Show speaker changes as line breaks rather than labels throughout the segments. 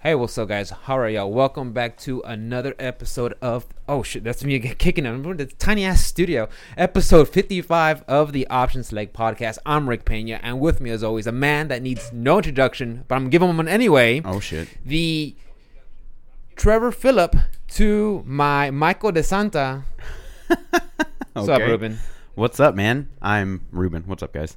Hey, what's up, guys? How are y'all? Welcome back to another episode of oh shit, that's me again kicking it. Remember the tiny ass studio, episode fifty-five of the Option Select podcast. I'm Rick Pena, and with me, as always, a man that needs no introduction, but I'm giving him one anyway.
Oh shit.
The Trevor Phillip to my Michael DeSanta. What's up,
Okay.
Ruben?
What's up, man? I'm Ruben. What's up, guys?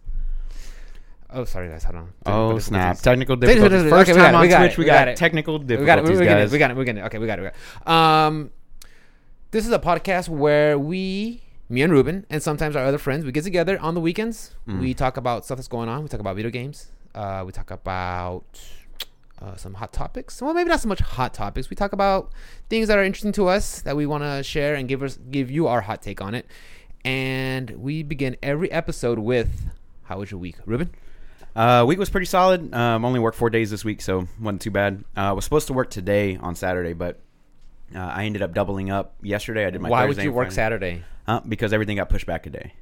Oh, sorry, guys. Hold on.
Oh snap!
Technical difficulties.
Technical
Technical difficulties. Okay, we
difficulties. First time
got it, we
on
got
Twitch,
it,
we
we got
got
it.
technical
We got it.
difficulties,
We got it.
guys.
We got it. We got it. Okay, we got it. We got it. Um, this is a podcast where we, me and Ruben, and sometimes our other friends, we get together on the weekends.
Mm.
We talk about stuff that's going on. We talk about video games. Uh, we talk about uh, some hot topics. Well, maybe not so much hot topics. We talk about things that are interesting to us that we want to share and give us give you our hot take on it. And we begin every episode with, "How was your week, Ruben?"
Uh, week was pretty solid. Um, only worked four days this week, so wasn't too bad. Uh, was supposed to work today on Saturday, but uh, I ended up doubling up yesterday. I did my
Why
Thursday
would you
and
work
Friday.
Saturday?
Uh, because everything got pushed back a day.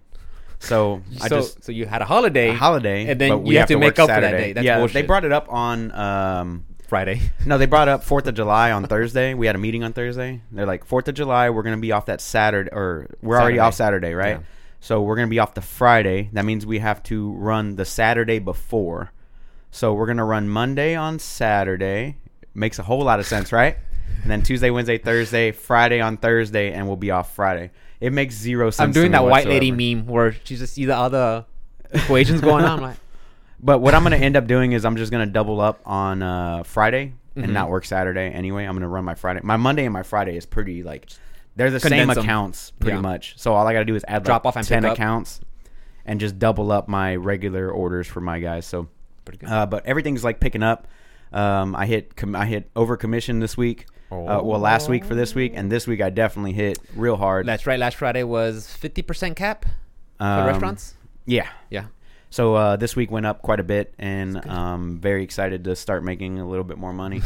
So I
so,
just
so you had a holiday,
a holiday,
and then
but
you
we
have to
work
make up for that
Saturday.
day. That's
yeah,
bullshit.
they brought it up on um,
Friday.
No, they brought up Fourth of July on Thursday. We had a meeting on Thursday. They're like Fourth of July. We're gonna be off that Saturday, or we're already
Saturday.
off Saturday, right?
Yeah.
So we're gonna be off the Friday. That means we have to run the Saturday before. So we're gonna run Monday on Saturday. Makes a whole lot of sense, right? And then Tuesday, Wednesday, Thursday, Friday on Thursday, and we'll be off Friday. It makes zero sense.
I'm
to
doing
me
that white lady
whatsoever.
meme where she just see the other equations going on. I'm like,
But what I'm going to end up doing is I'm just going to double up on uh, Friday
Mm-hmm.
and not work Saturday anyway. I'm going to run my Friday. My Monday and my Friday is pretty like they're the
Condense
same
'em.
accounts pretty
Yeah.
much. So all I got to do is add
Drop
like
off and
10
pick up.
accounts and just double up my regular orders for my guys. So
pretty good.
uh, but everything's like picking up. Um, I hit com- I hit over commission this week. Uh, well, last week for this week, and this week I definitely hit real hard.
That's right. Last Friday was 50% cap for
Um,
restaurants.
Yeah,
Yeah.
So uh, this week went up quite a bit, and um, very excited to start making a little bit more money,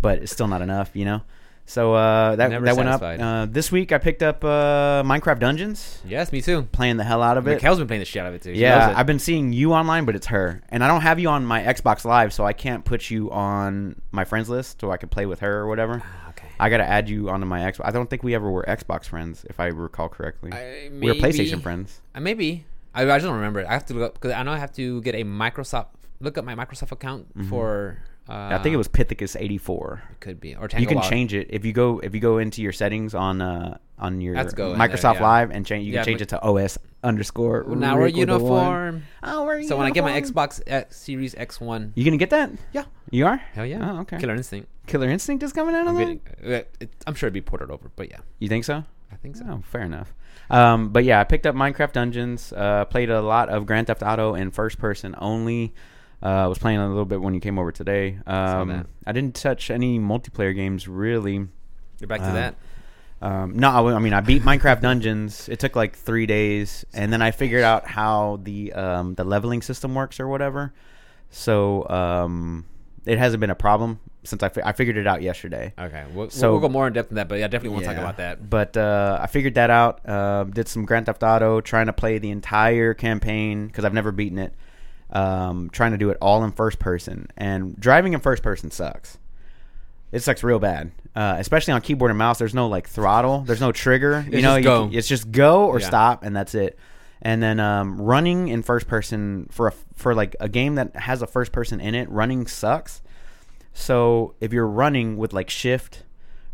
but it's still not enough, you know. So uh, that
Never
that went up.
satisfied.
Uh, this week I picked up uh, Minecraft Dungeons,
Yes, me too.
playing the hell out of it.
Mikhail's been playing the shit out of it too. She
yeah,
loves it.
I've been seeing you online, but it's her, and I don't have you on my Xbox Live, so I can't put you on my friends list, so I could play with her or whatever.
okay.
I gotta add you onto my Xbox. I don't think we ever were Xbox friends, if I recall correctly.
I-
we were
maybe.
PlayStation friends.
Uh, maybe. I, I just don't remember. it. I have to look up because I know I have to get a Microsoft, look up my Microsoft account for. Uh,
Mm-hmm. I think it was Pithecus eighty four.
Could be. Or
you can
Tanglewog.
change it if you go if you go into your settings on uh on your
That's go in there,
Microsoft
yeah.
Live and change you
Yeah,
can change
but-
it to OS underscore.
Now we're
Rick with a one.
uniform.
Oh, we're
So when I get my
uniform.
Xbox X, Series X1,
you gonna get that?
Yeah.
you are.
hell yeah,
Oh, okay.
Killer
Killer,
Instinct.
Instinct is coming out
I'm,
on that.
getting, uh, it, I'm sure it'd be ported over, but yeah,
You think so?
I think so.
Oh, fair enough. Um, but yeah, I picked up Minecraft Dungeons. Uh, played a lot of Grand Theft Auto in first person only. Uh, was playing a little bit when you came over today.
that.
Um, I didn't touch any multiplayer games really.
You're back to
Um,
that.
Um, no, I, w- I mean I beat Minecraft Dungeons. It took like three days, and then I figured out how the um, the leveling system works or whatever. So um, it hasn't been a problem since I, fi- I figured it out yesterday.
Okay, we'll,
So-
we'll go more in depth on that, but yeah, I definitely want to
Yeah.
talk about that.
But uh, I figured that out. Uh, did some Grand Theft Auto, trying to play the entire campaign because I've never beaten it. Um, trying to do it all in first person, and driving in first person sucks. It sucks real bad, uh, especially on keyboard and mouse. There's no like throttle. There's no trigger. You
It's
know,
just
you
go.
can- it's just go or
Yeah.
stop, and that's it. And then um, running in first person for a for like a game that has a first person in it, running sucks. So if you're running with like shift,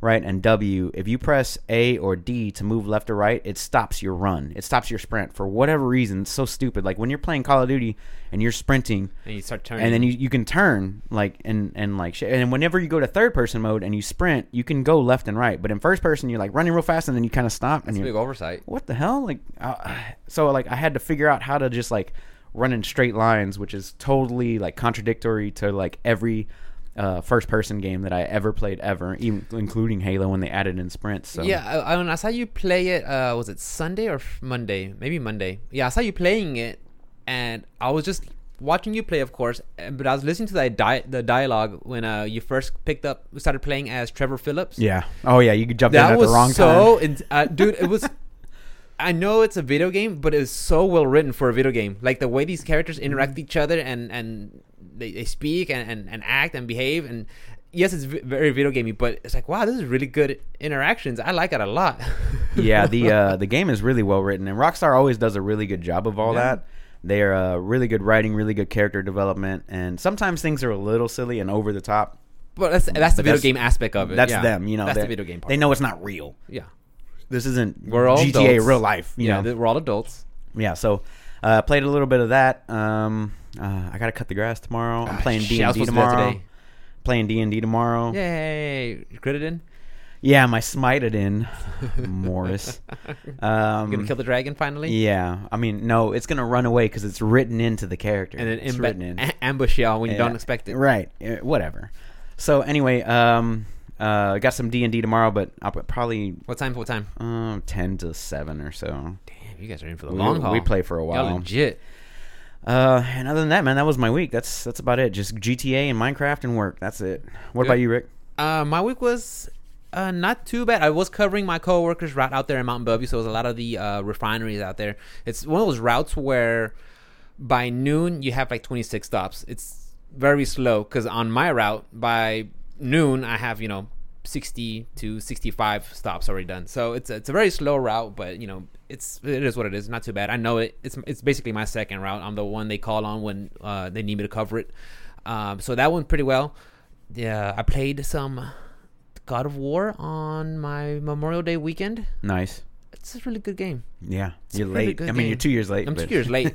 right, and W, if you press A or D to move left or right, it stops your run. It stops your sprint for whatever reason. It's so stupid. Like when you're playing Call of Duty and you're sprinting
And you start turning,
and then you, you can turn like and and like sh- and whenever you go to third person mode and you sprint, you can go left and right. But in first person, you're like running real fast and then you kind of stop and
it's a
you're
big oversight.
what the hell like uh, so like i had to figure out how to just like run in straight lines which is totally like contradictory to like every uh, first person game that i ever played ever even including halo when they added in sprints so
Yeah, I, I, when I saw you play it. Uh, was it Sunday or f- Monday? Maybe Monday. Yeah, I saw you playing it, and I was just watching you play, of course. and- But I was listening to that di- the dialogue when uh, you first picked up, started playing as Trevor Phillips.
yeah oh yeah you could jump in
that
at
was
the wrong
so
time
in- uh, dude it was i know it's a video game but it's so well written for a video game like the way
Mm-hmm.
these characters interact with each other and and they, they speak and, and, and act and behave and yes, it's v- very video gamey, but it's like wow, this is really good interactions. I like it a lot.
yeah, the uh, the game is really well written, and Rockstar always does a really good job of all
Yeah.
that. They are uh, really good writing, really good character development, and sometimes things are a little silly and over the top.
but that's that's the video
But that's-
game aspect of it.
That's
yeah.
them, you know.
That's the
they-
video game part.
They know it's not real.
yeah,
This isn't
We're all
GTA
adults.
real life. You
yeah.
know?
th- we're all adults.
yeah. So, uh, played a little bit of that. Um, uh, I gotta cut the grass tomorrow. I'm
Ah,
playing D
shit, I
and
was
D
supposed to do that
tomorrow.
today.
Playing D and D tomorrow. Yeah.
Yay! You crit it in.
my smite it in, Morris. Um,
You gonna kill the dragon finally.
yeah, I mean, no, it's gonna run away because it's written into the character.
And then
it's
amb-
written in.
a- ambush y'all when you
Yeah,
don't expect it.
Right. Eh, Whatever. So anyway, um, uh, got some D and D tomorrow, but I'll put probably
What time? What time?
um ten to seven or so.
Damn, you guys are in for the
We-
long haul.
we play for a while.
Y'all legit.
Uh, and other than that, man, that was my week. That's that's about it. Just GTA and Minecraft and work. That's it. What
Good.
about you, Rick?
Uh, my week was uh, not too bad. I was covering my coworkers' route out there in Mountain Bellevue, so it was a lot of the uh, refineries out there. It's one of those routes where by noon you have like 26 stops. It's very slow because on my route by noon I have you know 60 to 65 stops already done. So it's a, it's a very slow route, but you know it's it is what it is. Not too bad. I know it. It's it's basically my second route. I'm the one they call on when uh, they need me to cover it. Um, so that went pretty well. Yeah, I played some God of War on my Memorial Day weekend.
Nice.
It's a really good game.
Yeah,
a
you're
really
late. I
good
mean, you're
game.
two years late.
I'm two
but-
years late.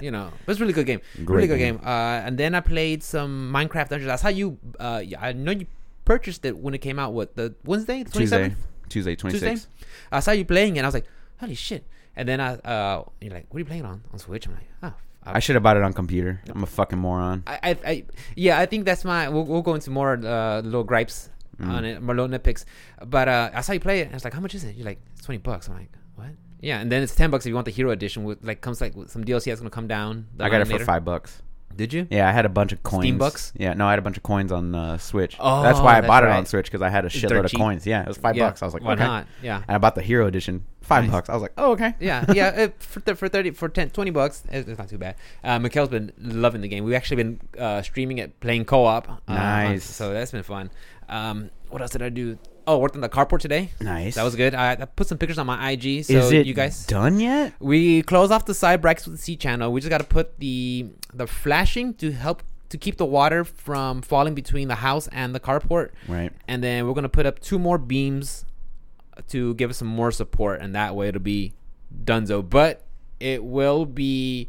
you know, but it's a really good game.
Great
really good
game.
game. Uh, and then I played some Minecraft Dungeons. That's how you. Uh, yeah, I know you purchased it when it came out. What the Wednesday, the 27th?
Tuesday, Tuesday, twenty
Tuesday.
sixth.
I saw you playing it. and I was like, holy shit. And then I, uh, you're like, what are you playing on on Switch? I'm like, oh, I-
I should have bought it on computer. I'm a fucking moron.
I, I, I, yeah, I think that's my. We'll, we'll go into more uh, little gripes
Mm.
on it, more little nitpicks. But uh, I saw you play it, and I was like, "How much is it?" You're like, "It's twenty bucks." I'm like, "What?" Yeah, and then it's ten bucks if you want the hero edition. With like comes like with some DLC that's gonna come down. the
I got
line
it for
later.
five bucks.
Did you?
Yeah, I had a bunch of coins.
bucks?
Yeah, no, I had a bunch of coins on uh, Switch.
Oh,
that's why I
that's
bought it
right.
on Switch because I had a
dirt
shitload of
cheap.
coins. Yeah, it was five
Yeah,
bucks. I was like,
why
okay.
not? Yeah.
And I bought the Hero Edition, five
Nice.
bucks. I was like, oh okay.
yeah, yeah. It, for, th- for thirty, for 10, 20 bucks, it- it's not too bad. Uh, Mikhail's been loving the game. We've actually been uh, streaming it, playing co-op. Uh, on-
Nice.
so that's been fun. Um, what else did I do? Oh, worked on the carport today.
Nice.
That was good. I, I put some pictures on my IG. So
Is it
you guys
done yet?
We close off the side brackets with the C channel. We just got to put the the flashing to help to keep the water from falling between the house and the carport.
Right.
And then we're gonna put up two more beams to give us some more support, and that way it'll be dunzo. But it will be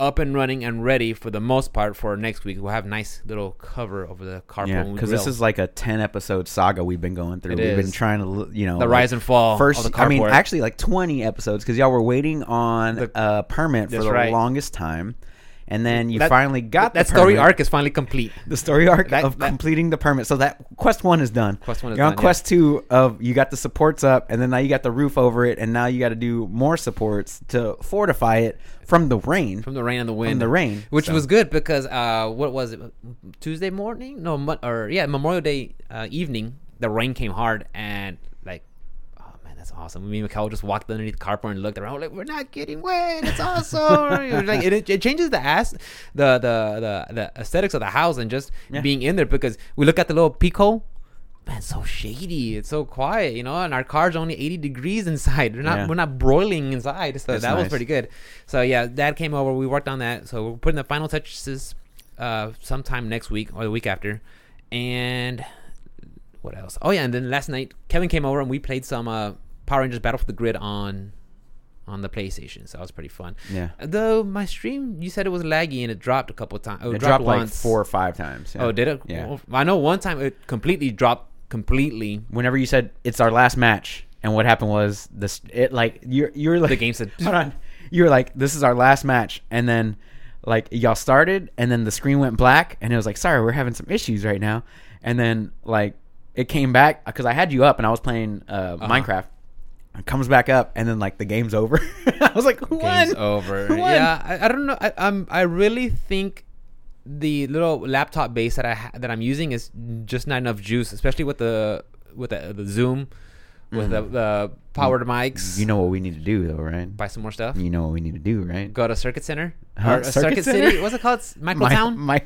up and running and ready for the most part for next week. We'll have nice little cover over the carport.
Yeah,
when we
because this
drill.
is like a ten episode saga we've been going through.
It
we've been
is.
trying to, l- you know,
the
like,
rise and fall.
First,
of the
I mean,
carport.
actually, like twenty episodes because y'all were waiting on
The-
a permit for
That's
the
right.
longest time, and then you
That-
finally got
that
the
story
permit.
arc is finally complete.
the story arc
That-
of
that-
completing the permit. So that quest one is done.
Quest one is
You're on
done, yeah.
quest two of you got the supports up, and then now you got the roof over it, and now you got to do more supports to fortify it from the rain.
From the rain and the wind.
the rain,
which
so.
was good because uh, what was it? Tuesday morning? No, mon- or yeah, Memorial Day uh, evening. The rain came hard and like, oh man, that's awesome. Me and Mikhail just walked underneath the carport and looked around. like, we're not getting wet. It's awesome. It was like it, it changes the ass, the the, the the aesthetics of the house and just
Yeah.
being in there because we look at the little peak hole. Man, it's so shady. It's so quiet, you know. And our car's only eighty degrees inside. We're not
Yeah.
we're not broiling inside. So
That's
that
nice.
was pretty good. So yeah, Dad came over. We worked on that. So we're putting the final touches uh, sometime next week or the week after. And what else? Oh yeah, and then last night Kevin came over and we played some uh, Power Rangers Battle for the Grid on on the PlayStation. So that was pretty fun. Uh,
Yeah.
Though my stream, you said it was laggy and it dropped a couple times. Oh,
It dropped, like
once.
four or five times. yeah.
Oh, did it?
Yeah.
Well, I know one time it completely dropped completely.
whenever you said it's our last match, and what happened was this, it like you're you're like
The game said-
hold on, you were like this is our last match, and then like y'all started, and then the screen went black, and it was like sorry we're having some issues right now, and then like it came back because I had you up and I was playing uh,
Uh-huh.
Minecraft. It comes back up, and then like the game's over. I was like, who
game's
won?
over.
Who won?
Yeah, I, I don't know. I, I'm. I really think the little laptop base that I ha- that I'm using is just not enough juice, especially with the with the, the Zoom, with the, the powered mics.
Mm. You know what we need to do though, right?
buy some more stuff.
You know what we need to do, right?
Go to Circuit Center
Huh?
or uh,
Circuit
Circuit, City.
Center?
What's it called? Michael
My-
Town.
my-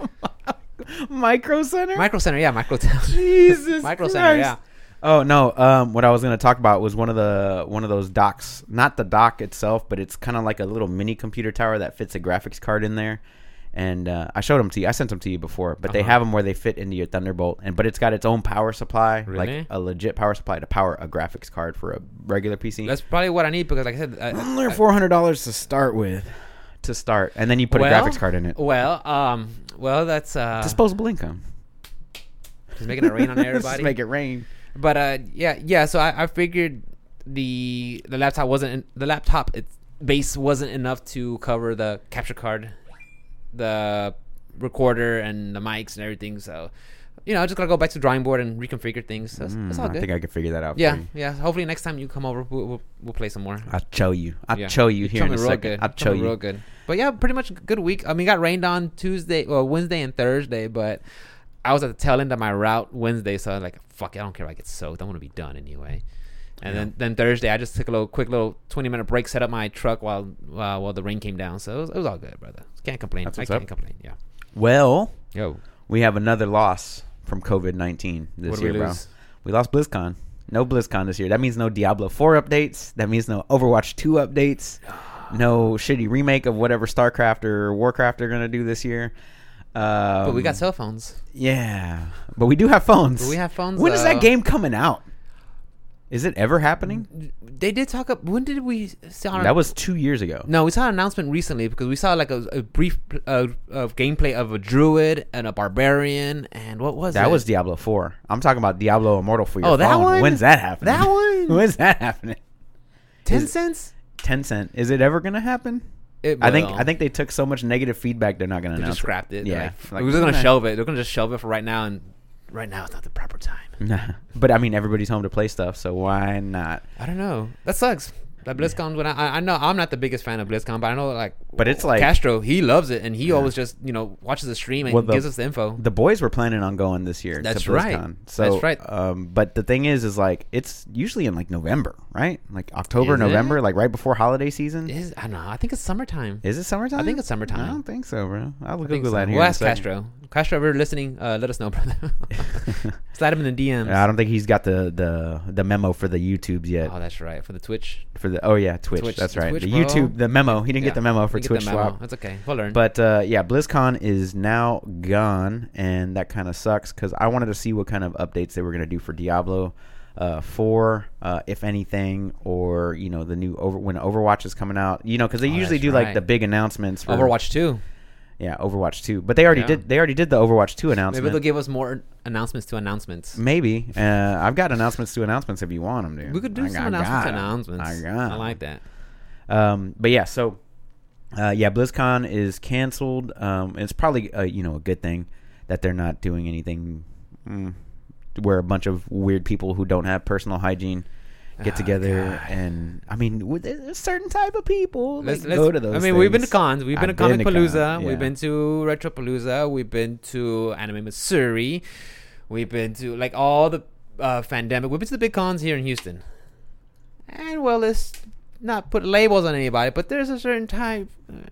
Micro Center.
Micro Center, yeah, Micro Center.
Jesus.
Micro Center, yeah.
Christ. Oh no. Um, what I was gonna talk about was one of the one of those docks. Not the dock itself, but it's kind of like a little mini computer tower that fits a graphics card in there. And uh, I showed them to you. I sent them to you before, but they
Uh-huh.
have them where they fit into your Thunderbolt, and but it's got its own power supply, like
Really?
a legit power supply to power a graphics card for a regular PC.
That's probably what I need because, like I said, I, I-
Only four hundred dollars to start with. To start, and then you put
Well-
a graphics card in it.
well, um, well, that's uh, just,
Disposable income.
making it rain on
Just
everybody.
make it rain.
But uh, yeah, yeah. So I, I figured the the laptop wasn't en- the laptop it, base wasn't enough to cover the capture card, the recorder, and the mics and everything. So you know, I just gotta go back to the drawing board and reconfigure things. That's, that's
Mm,
all
I think
good.
I can figure that out.
Yeah,
for you.
yeah. Hopefully next time you come over, we'll, we'll, we'll play some more.
I'll show you. I'll
Yeah.
show you here
Tell
in
me
a
real
second.
good.
I'll
Tell
show
me
you.
real good. But yeah, pretty much a good week. I mean, it got rained on Tuesday, well, Wednesday and Thursday, but I was at the tail end of my route Wednesday, so I was like, fuck it, I don't care if I get soaked. I want to be done anyway. And then, then Thursday, I just took a little quick little twenty minute break, set up my truck while while while the rain came down. So it was, it was all good, brother. Can't complain.
That's
I
what's
can't
up.
complain. Yeah.
Well,
Yo.
we have another loss from COVID nineteen this
What do
year,
we
bro.
lose?
We lost BlizzCon. No BlizzCon this year. That means no Diablo four updates. That means no Overwatch two updates. No shitty remake of whatever StarCraft or Warcraft are gonna do this year. Um,
But we got cell phones.
Yeah, but we do have phones.
But we have phones,
When is that
though.
game coming out? Is it ever happening?
They did talk up. When did we? see on-
That was two years ago.
No, we saw an announcement recently because we saw like a, a brief uh, of gameplay of a druid and a barbarian and what was
that
it?
was Diablo Four. I'm talking about Diablo Immortal for your
Oh, that
phone.
one?
When's that happening?
That one?
When's that happening?
ten
is-
cents.
Tencent. Is it ever gonna happen?
It
I think
will.
I think they took so much negative feedback they're not gonna
they
announce
just scrapped it.
Yeah,
Yeah,
like,
we're just gonna
nah.
shelve it. They're gonna just shelve it for right now, and right now it's not the proper time.
Nah. But I mean, everybody's home to play stuff, so why not?
I don't know. That sucks. That BlizzCon, when I- I, I know I'm not the biggest fan of BlizzCon, but I know like,
But it's like-
Castro, he loves it, and he always just you know watches the stream and
Well, the-
gives us the info.
The boys were planning on going this year.
That's
to
right.
BlizzCon. So,
That's right.
Um, but the thing is, is like it's usually in like November, right? Like October,
Is it?
November, like right before holiday season.
Is, I don't know. I think it's summertime.
Is it summertime?
I think it's summertime.
I don't think so, bro. I'll
I think
Google
so.
that here.
We'll
in a
ask
second.
Castro. Castro, if you're listening, uh, let us know, brother. Slide him in the DMs.
I don't think he's got the the the memo for the YouTubes yet.
Oh, that's right. For the Twitch.
for the oh yeah, Twitch.
Twitch,
that's
the
right.
Twitch,
the
bro.
YouTube, the memo. He didn't
Yeah.
get the memo for
You get the
Twitch
memo.
swap.
That's okay. We'll learn.
But uh, yeah, BlizzCon is now gone, and that kind of sucks because I wanted to see what kind of updates they were going to do for Diablo uh, Four, uh, if anything, or you know the new over when Overwatch is coming out. You know because they
Oh,
usually
that's
do like
right.
the big announcements for
Overwatch 2.
Yeah, Overwatch Two, but they already
Yeah.
did. They already did the Overwatch Two announcement.
Maybe they'll give us more announcements to announcements.
Maybe. Uh, I've got announcements to announcements if you want them, dude.
We could do
I
some
got-
announcements to
got 'em.
announcements.
I
I,
got 'em.
like that.
Um, but yeah, so uh, yeah, BlizzCon is canceled. Um, it's probably uh, you know a good thing that they're not doing anything mm, where a bunch of weird people who don't have personal hygiene get
Oh,
together
God.
and I mean, with a a certain type of people
Let's,
like,
let's,
go to those.
I mean, we've been to
things.
cons. We've been
I've
to Comic
been to cons,
Palooza.
yeah.
We've been to Retropalooza. We've been to Anime Missouri. We've been to like all the uh, Fandemic. We've been to the big cons here in Houston. And well, let's not put labels on anybody, but there's a certain type. uh,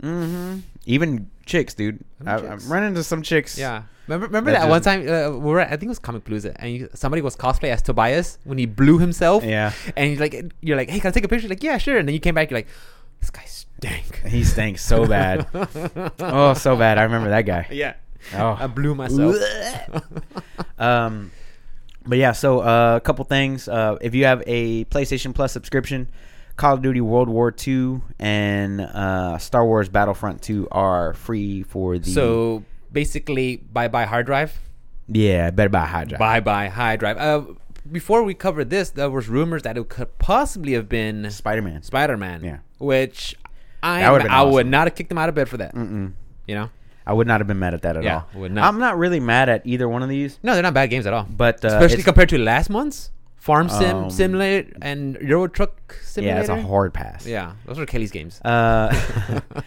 hmm Even chicks, dude.
Even
I,
chicks.
I'm running into some chicks.
Yeah. Remember, remember
That
that, one time uh, we were at, I think it was Comic Palooza, and you, somebody was cosplay as Tobias when he blew himself.
Yeah.
And you're like, you're like, hey, can I take a picture? Like, yeah, sure. And then you came back, you're like, this guy stank.
He stinks so bad. oh, so bad. I remember that guy.
yeah.
Oh.
I blew myself.
um, but yeah, so uh, a couple things. Uh, if you have a PlayStation Plus subscription, Call of Duty World War II and uh, Star Wars Battlefront 2 are free for the.
so basically, bye bye hard drive.
yeah, better buy Hydra.
Bye bye hard drive. Uh, before we covered this, there was rumors that it could possibly have been
Spider Man.
Spider Man.
Yeah.
Which I
That would've been
I would
awesome. Mm.
not have kicked him out of bed for that. You know.
I would not have been mad at that at
Yeah,
all.
would not.
I'm not really mad at either one of these,
No, they're not bad games at all.
but uh,
especially
it's-
compared to last month's Farm Sim
Um,
Simulator and Euro Truck Simulator.
yeah, it's a hard pass.
Yeah, those are Kelly's games.
Uh,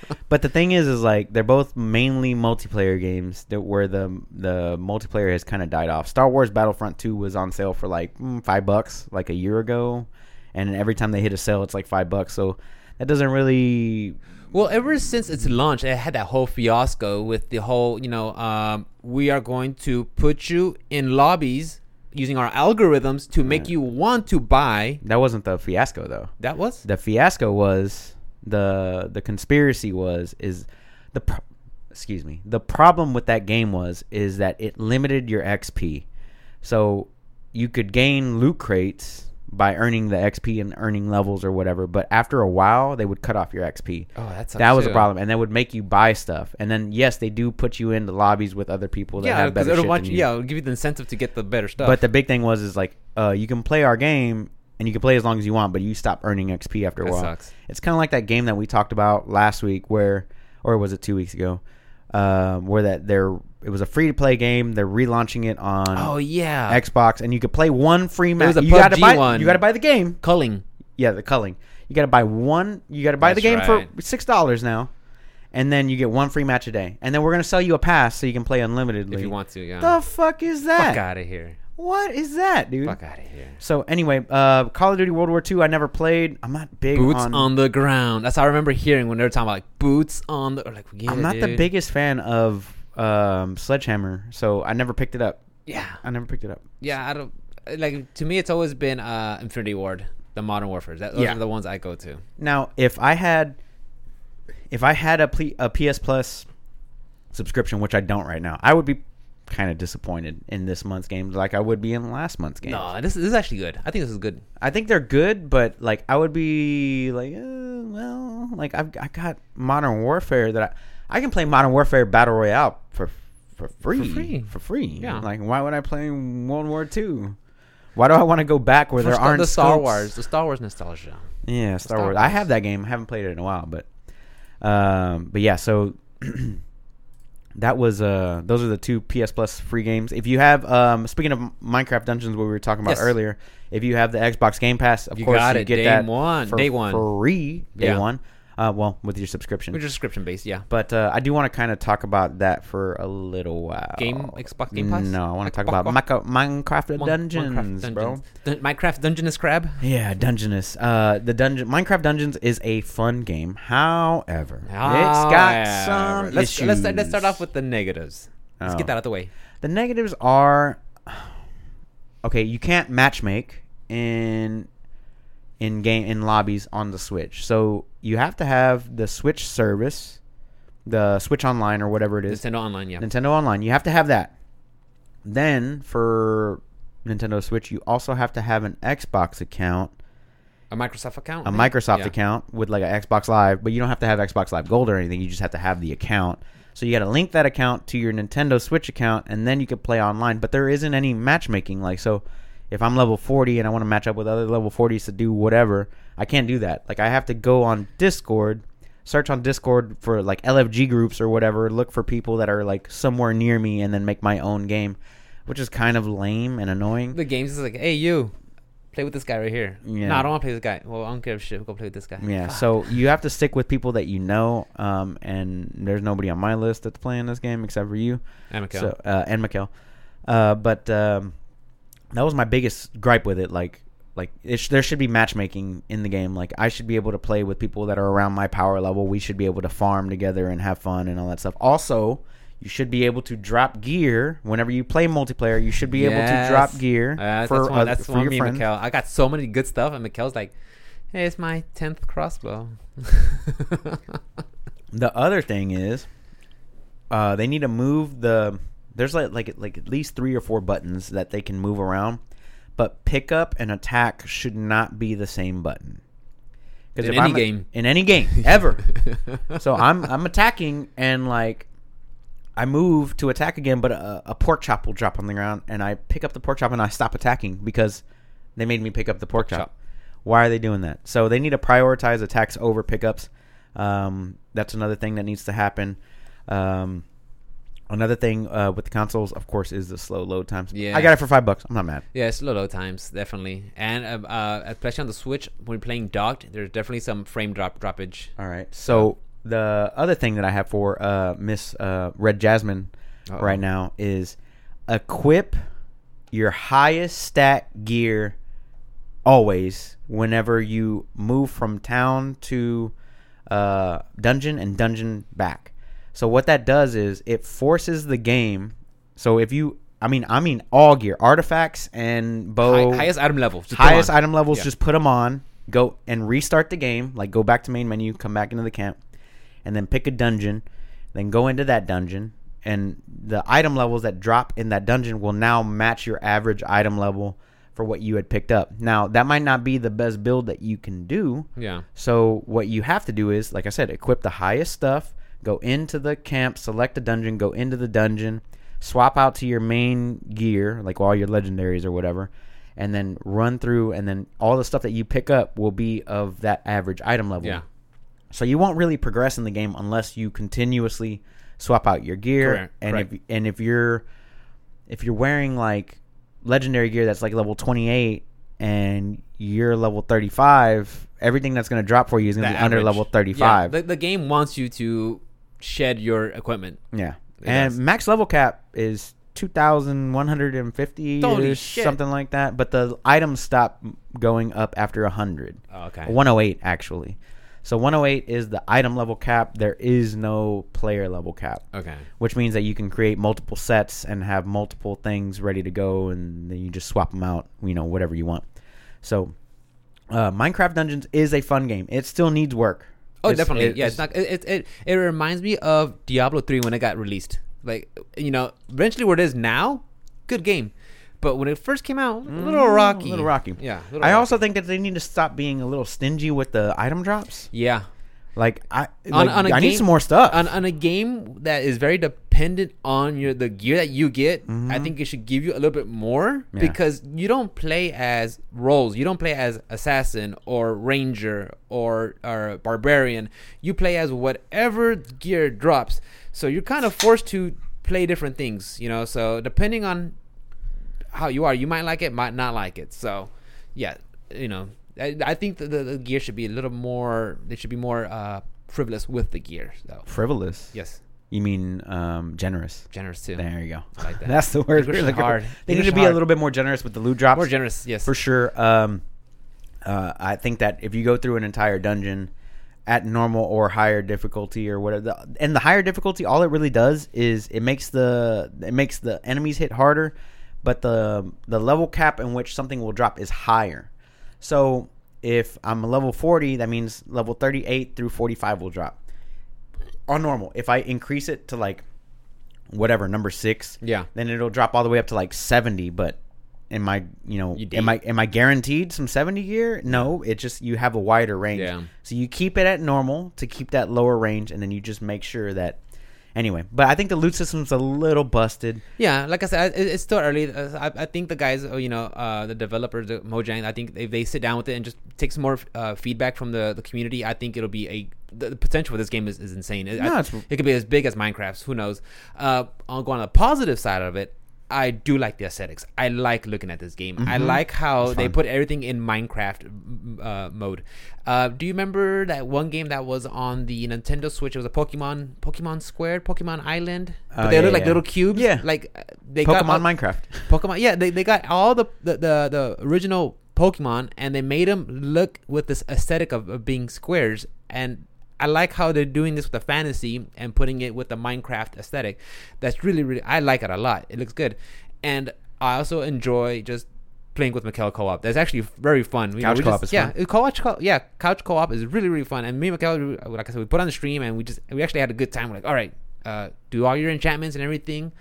but the thing is, is like they're both mainly multiplayer games that where the the multiplayer has kind of died off. Star Wars Battlefront Two was on sale for like mm, five bucks like a year ago, and every time they hit a sale, it's like five bucks. So that doesn't really
Well, ever since its launch, it had that whole fiasco with the whole, you know, um, we are going to put you in lobbies using our algorithms to make you want to buy.
That wasn't the fiasco though.
That was
The fiasco was the the conspiracy was is the pro- excuse me. The problem with that game was is that it limited your XP. So you could gain loot crates by earning the XP and earning levels or whatever, but after a while they would cut off your XP.
Oh, that sucks
that was a
too.
problem, and that would make you buy stuff. And then yes, they do put you into lobbies with other people that
yeah,
have
because
better
it'll
shit
want
than
you,
you.
yeah, it'll give you the incentive to get the better stuff.
But the big thing was is like uh, you can play our game and you can play as long as you want, but you stop earning XP after a
That
while.
sucks.
It's kind of like that game that we talked about last week, where or was it two weeks ago, um, where that they're it was a free to play game. They're relaunching it on
oh yeah,
Xbox, and you could play one free match.
was a
You got to
PUBG
buy
one.
you got to buy the game.
culling.
Yeah, the culling. You got to buy one. You got to buy the game
That's
for
right.
six dollars now, and then you get one free match a day. And then we're gonna sell you a pass so you can play unlimitedly.
If you want to, yeah.
The fuck is that?
Fuck out of here.
What is that, dude?
Fuck out of here.
So anyway, uh, Call of Duty World War II, I never played. I'm not big
Boots
on.
on, the ground. That's how I remember hearing when they were talking about like boots on the. Or like, yeah,
I'm not the
dude.
biggest fan of um, Sledgehammer, so I never picked it up.
Yeah,
I never picked it up.
yeah. I don't like. To me, it's always been uh Infinity Ward, the Modern Warfare. That, those
Yeah.
are the ones I go to.
Now, if I had, if I had a, ple- a PS Plus subscription, which I don't right now, I would be kind of disappointed in this month's games, like I would be in last month's games.
No, this, this is actually good. I think this is good.
I think they're good, but like I would be like, uh, well, like I've I got Modern Warfare that I I can play Modern Warfare Battle Royale for for free for free.
free. Yeah.
Like why would I play World War Two? Why do I want to go back where
For
there
Star-
aren't
the Star
scopes?
Wars, the Star Wars nostalgia.
Yeah, Star,
Star
Wars. I
Wars.
have that game. I haven't played it in a while, but um, but yeah, so that was uh those are the two PS Plus free games. If you have um speaking of Minecraft Dungeons what we were talking about
Yes.
earlier, if you have the Xbox Game Pass, of
You
course
got
you
it.
get
Day
that
one.
for
Day one.
free day
Yeah.
one. Uh well, with your subscription.
Which is subscription based, yeah.
but uh, I do want to kind of talk about that for a little while.
Game- Xbox Game Pass?
No, I want to talk
Xbox-
about Minecraft, Minecraft
Mon-
Dungeons,
Minecraft
bro.
Dun- Minecraft Dungeness Crab.
Yeah, Dungeness. Uh, the dungeon Minecraft Dungeons is a fun game. However, it's got
Ah,
some
let's,
issues.
Let's start, let's start off with the negatives. Let's
Oh.
get that out of the way.
the negatives are okay. You can't matchmake in in game in lobbies on the Switch, so you have to have the Switch service, the Switch Online or whatever it is,
Nintendo Online, yeah.
Nintendo Online. You have to have that. Then for Nintendo Switch, you also have to have an Xbox account
A Microsoft account. I
a
think?
Microsoft
Yeah.
account with like an Xbox Live, but you don't have to have Xbox Live Gold or anything. You just have to have the account. So you got to link that account to your Nintendo Switch account, and then you could play online. But there isn't any matchmaking. Like so, if I'm level 40 and I want to match up with other level 40s to do whatever, I can't do that. Like I have to go on Discord, search on Discord for like LFG groups or whatever, look for people that are like somewhere near me, and then make my own game, which is kind of lame and annoying.
The games is like, hey, you, play with this guy right here.
Yeah.
No, I don't want to play with this guy. Well, I don't give a shit. Go play with this guy.
Yeah,
Fuck.
so you have to stick with people that you know, um, and there's nobody on my list that's playing this game except for you.
And Mikhail.
So uh, and Mikkel. Uh, but um, that was my biggest gripe with it. Like, like it sh- there should be matchmaking in the game. Like, I should be able to play with people that are around my power level. We should be able to farm together and have fun and all that stuff. Also, you should be able to drop gear whenever you play multiplayer. You should be able to
Yes.
drop gear
Uh,
for
that's one,
oth-
that's
for
one
your
me
friends.
and Mikhail. I got so many good stuff, and Mikhail's like, hey, it's my 10th crossbow.
The other thing is, uh, they need to move the. There's like like like at least three or four buttons that they can move around, but pickup and attack should not be the same button. Because
In any game.
in any game ever, so I'm I'm attacking and like I move to attack again, but a, a pork chop will drop on the ground, and I pick up the pork chop and I stop attacking because they made me pick up the pork chop.
chop.
Why are they doing that? So they need to prioritize attacks over pickups. Um, that's another thing that needs to happen. Um, another thing uh, with the consoles, of course, is the slow load times.
Yeah.
I got it for five bucks. I'm not mad.
Yeah, it's low low times definitely, and uh, uh, especially on the Switch when you're playing docked, there's definitely some frame drop droppage.
All right. So the other thing that I have for uh, Miss uh, Red Jasmine
Uh-oh.
right now is equip your highest stat gear always whenever you move from town to uh, dungeon and dungeon back. So what that does is it forces the game. So if you, I mean, I mean all gear, artifacts and bow,
High, highest item level. Just put
highest
on.
item levels
Yeah.
just put them on go and restart the game like go back to main menu come back into the camp and then pick a dungeon then go into that dungeon and the item levels that drop in that dungeon will now match your average item level for what you had picked up now that might not be the best build that you can do
Yeah.
so what you have to do is, like I said, equip the highest stuff, go into the camp, select a dungeon, go into the dungeon, swap out to your main gear, like all your legendaries or whatever, and then run through and then all the stuff that you pick up will be of that average item level.
Yeah.
So you won't really progress in the game unless you continuously swap out your gear
Correct,
and
correct.
if and if you're if you're wearing like legendary gear that's like level 28 and you're level 35, everything that's going to drop for you is going to
That
be under
average.
level
Yeah,
35. Yeah.
the, the game wants you to shed your equipment. It
And
does.
max level cap is 2150
Holy
or
shit.
something like that, but the items stop going up after 100.
Oh, okay.
108 actually. So 108 is the item level cap. There is no player level cap.
Okay.
which means that you can create multiple sets and have multiple things ready to go, and then you just swap them out, you know, whatever you want. So, uh, Minecraft Dungeons is a fun game. It still needs work.
Oh,
It's-
definitely.
it-
yeah, it's not. It, it it it reminds me of Diablo three when it got released. Like you know, eventually where it is now, good game, but when it first came out, a little rocky.
Mm, little rocky.
Yeah. a little
I
rocky.
also think that they need to stop being a little stingy with the item drops.
Yeah.
Like I,
On-
like,
on a
I need
game-
some more stuff.
On, on a game that is very dependent on your the gear that you get, I think it should give you a little bit more
Yeah.
because you don't play as roles. You don't play as assassin or ranger or or barbarian. You play as whatever gear drops. So you're kind of forced to play different things, you know. So depending on how you are, you might like it, might not like it. So yeah, you know, I, I think the, the, the gear should be a little more. They should be more uh, frivolous with the gear. So
Frivolous.
yes,
You mean um, generous?
generous too.
There you go.
I like that.
That's the word.
English is
Like,
hard.
They need
English
to
is
be a
hard.
little bit more generous with the loot drops.
More generous, yes.
for sure. Um, uh, I think that if you go through an entire dungeon at normal or higher difficulty or whatever, the, and the higher difficulty, all it really does is it makes the it makes the enemies hit harder, but the the level cap in which something will drop is higher. So if I'm a level forty, that means level thirty eight through forty five will drop on normal. If I increase it to like whatever number six,
Yeah.
then it'll drop all the way up to like seventy. But am I, you know,
You
am I am I guaranteed some seventy gear? No, it just you have a wider range.
Yeah.
So you keep it at normal to keep that lower range, and then you just make sure that. Anyway, but I think the loot system's a little busted.
Yeah, like I said, it, it's still early. Uh, I, I think the guys, uh, you know, uh, the developers, the Mojang, I think if they sit down with it and just take some more uh, feedback from the, the community, I think it'll be a the, the potential for this game is, is insane. It,
No,
I,
it's-
it could be as big as Minecraft's. Who knows? Uh, I'll go on the positive side of it. I do like the aesthetics. I like looking at this game.
Mm-hmm.
I like how they put everything in Minecraft m- uh, mode. Uh, do you remember that one game that was on the Nintendo Switch? It was a Pokemon, Pokemon Squared, Pokemon Island. But
Oh,
they
yeah,
look like
yeah.
little cubes.
Yeah.
like uh, they got
Pokemon
all-
Minecraft.
Pokemon. Yeah, they, they got all the, the the the original Pokemon, and they made them look with this aesthetic of, of being squares. And I like how they're doing this with the fantasy and putting it with the Minecraft aesthetic. That's really really I like it a lot. It looks good, and I also enjoy just playing with Mikhail co-op. That's actually very fun. You
Couch
we
co-op
just-
is
yeah,
fun.
uh, couch co- yeah couch co-op is really really fun and me and Mikhail, we- like i said we put on the stream and we just we actually had a good time we're like all right uh, do all your enchantments and everything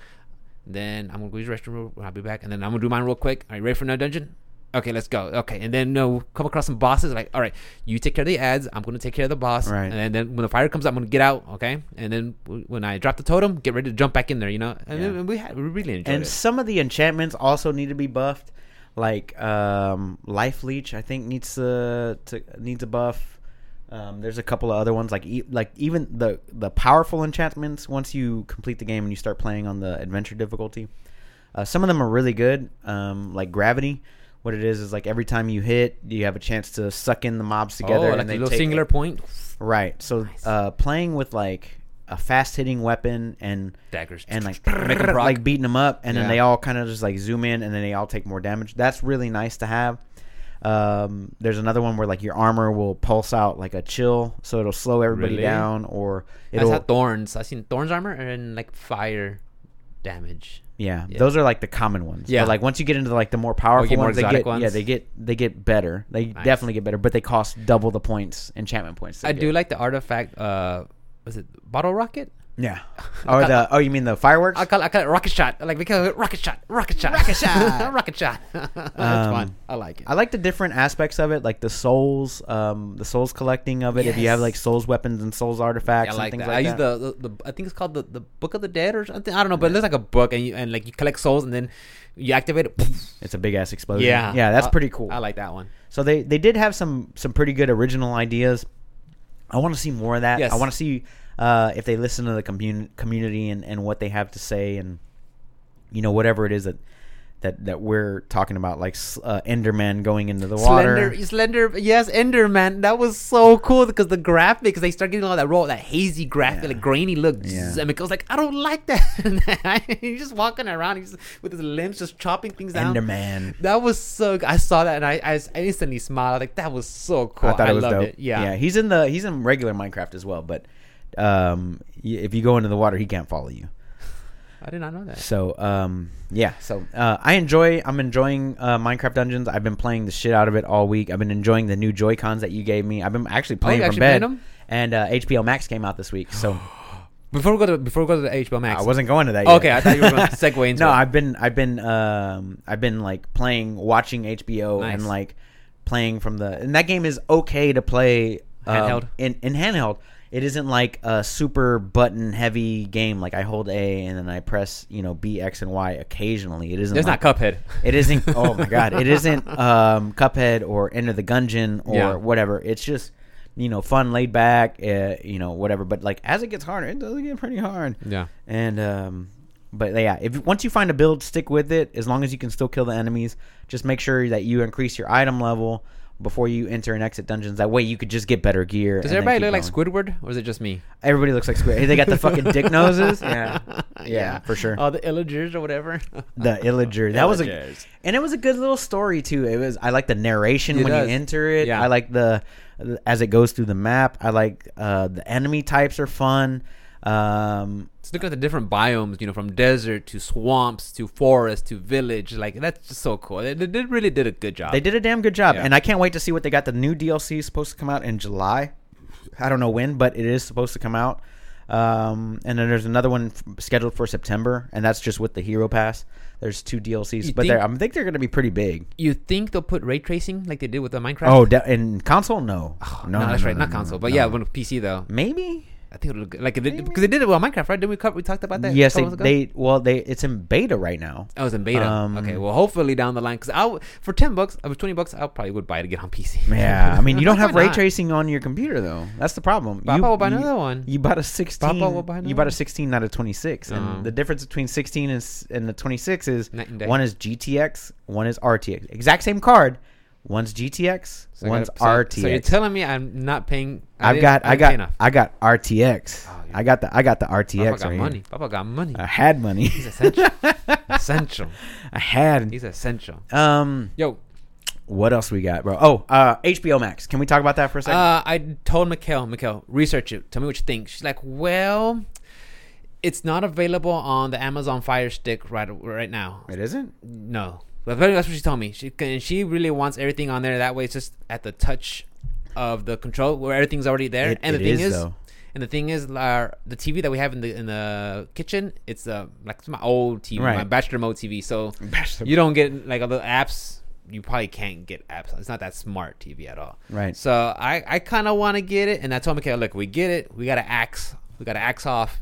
then i'm gonna go use the restroom real- i'll be back and then i'm gonna do mine real quick are you ready for another dungeon okay let's go okay and then no come across some bosses like all right you take care of the ads i'm gonna take care of the boss
Right.
and then when the fire comes i'm gonna get out okay and then w- when i drop the totem get ready to jump back in there you know and
Yeah.
then we, had, we really enjoyed
and
it
some of the enchantments also need to be buffed like um life leech i think needs to, to needs a buff um, there's a couple of other ones like e- like even the the powerful enchantments once you complete the game and you start playing on the adventure difficulty uh, some of them are really good um, like gravity what it is is like every time you hit you have a chance to suck in the mobs together
oh, like a little
take-
singular point
right so uh, playing with like a fast hitting weapon and
daggers
and like
Make 'em proc.
like beating them up, and then
Yeah.
they all kind of just like zoom in, and then they all take more damage. That's really nice to have. Um, there's another one where like your armor will pulse out like a chill, so it'll slow everybody
Really?
down, or
I
it'll
saw thorns. I seen thorns armor and like fire damage.
yeah,
Yeah.
Those are like the common ones.
Yeah. Oh,
But, like once you get into like the more powerful
more
ones, they
exotic
get yeah
ones.
they get they get better. They
Nice.
definitely get better, but they cost double the points enchantment points. they
I
get.
do like the artifact. Uh, was it bottle rocket?
Yeah. Or the oh, you mean the fireworks?
I call, I call it rocket shot. Like we call it rocket shot, rocket shot,
Rocket shot.
rocket shot. That's fun. I like it.
I like the different aspects of it, like the souls, um, the souls collecting of it. If you have
Yes.
like souls weapons and souls
Yeah, I
artifacts and
like
things
that.
like
I
that.
use the, the, the I think it's called the, the Book of the Dead or something. I don't know, but it looks like a book, and you and like you collect souls, and then you activate it.
it's a big ass explosion.
yeah,
yeah, that's
I-
pretty cool.
I like that one.
So they they did have some some pretty good original ideas. I want to see more of that.
Yes.
I want to see uh, if they listen to the commun- community and, and what they have to say and you know whatever it is that that that we're talking about, like s- uh, Enderman going into the water.
Slender, Slender, yes, Ender Man. That was so cool because the graphics they start getting all that roll, that hazy graphic,
Yeah.
like grainy look.
Yeah.
Zzz, And I was like, I don't like that. he's just walking around, he's with his limbs just chopping things down.
Enderman.
That was so. g- I saw that and I, I, I instantly smiled. Like that was so cool. I, loved it. Yeah.
yeah. He's in the he's in regular Minecraft as well, but um, y- if you go into the water, he can't follow you.
I did not know that.
So um, yeah. So uh, I enjoy. I'm enjoying uh, Minecraft Dungeons. I've been playing the shit out of it all week. I've been enjoying the new Joy Cons that you gave me. I've been actually playing
Oh, you
from
actually
bed.
played 'em?
And uh, HBO Max came out this week, so
Before we go to before we go to the HBO Max,
I wasn't going to that.
Okay,
yet.
I thought you were gonna segue into
no,
it.
I've been, I've been, um, I've been like playing, watching HBO,
Nice.
and like playing from the. And that game is okay to play um,
Handheld?
in in handheld. It isn't like a super button heavy game. Like I hold A and then I press you know B X and Y occasionally. It isn't.
There's
like,
not Cuphead.
It isn't. Oh my god! It isn't um, Cuphead or Enter the Gungeon or
Yeah.
whatever. It's just you know fun, laid back, uh, you know whatever. But like as it gets harder, it does get pretty hard.
Yeah.
And um, but yeah, if once you find a build, stick with it. As long as you can still kill the enemies, just make sure that you increase your item level before you enter and exit dungeons. That way, you could just get better gear.
Does
and then
everybody
keep
look like
going.
Squidward, or is it just me?
Everybody looks like Squid. They got the fucking dick noses. Yeah. yeah, for sure.
Oh, the Illagers or whatever.
the illager that was a
Illagers.
and it was a good little story too it was i like the narration
It
when
does.
you enter it
Yeah.
i like the as it goes through the map i like uh the enemy types are fun um
Just look at the different biomes, you know, from desert to swamps to forest to village. Like that's just so cool. They, they did- really did a good job.
they did a damn good job
Yeah.
and i can't wait to see what they got the new dlc is supposed to come out in july i don't know when but it is supposed to come out um and then there's another one f- scheduled for september and that's just with the hero pass there's two dlcs
You
but they're,
think-
i think they're going to be pretty big
You think they'll put ray tracing like they did with the Minecraft?
oh de- in console no
Oh, no, that's right, not
no,
console,
no,
but
no.
yeah, on PC though.
maybe
I think it'll look good. like because they did it with Minecraft, right? Did we cover, we talked about that? a
Yes, they,
couple months ago?
they well they it's in beta right now.
I Oh, was in beta.
Um,
okay, well, hopefully down the line, because I for ten bucks, uh, for twenty bucks, I probably would buy it to get on PC.
Yeah, I mean you don't
Why
have ray
not?
tracing on your computer though. That's the problem.
Papa
you,
will buy
you-
another one.
You bought a sixteen.
Papa will buy another
you bought
one.
a sixteen out of twenty six,
Uh-huh.
and the difference between sixteen and s- and the twenty six is
Night and day.
one is GTX, one is RTX. Exact same card. One's GTX,
So I
one's
gotta- so-
RTX.
So you're telling me I'm not paying? I
I've
didn't-
got I
didn't pay
got
enough.
I got RTX.
Oh, yeah.
I got the I got the
Papa
RTX
got
right here.
money. Papa got money.
I had money.
He's essential. essential.
I had.
He's essential.
Um,
Yo,
what else we got, bro? Oh, uh, HBO Max. Can we talk about that for a second?
uh, I told Mikkel, Mikkel, research it. Tell me what you think. She's like, well, it's not available on the Amazon Fire Stick right right now.
It isn't.
No, but apparently that's what she told me. She and she really wants everything on there. That way, it's just at the touch of the control where everything's already there.
It-
and the
it
thing
is,
is,
though.
and the thing is, our, the TV that we have in the in the kitchen, it's uh, like it's my old TV, my
Right.
bachelor mode TV. So you don't get like other apps. You probably can't get apps. It's not that smart TV at all.
Right.
So I, I kind of want to get it, and I told Mikhail, look, we get it. We got to axe. We got to axe off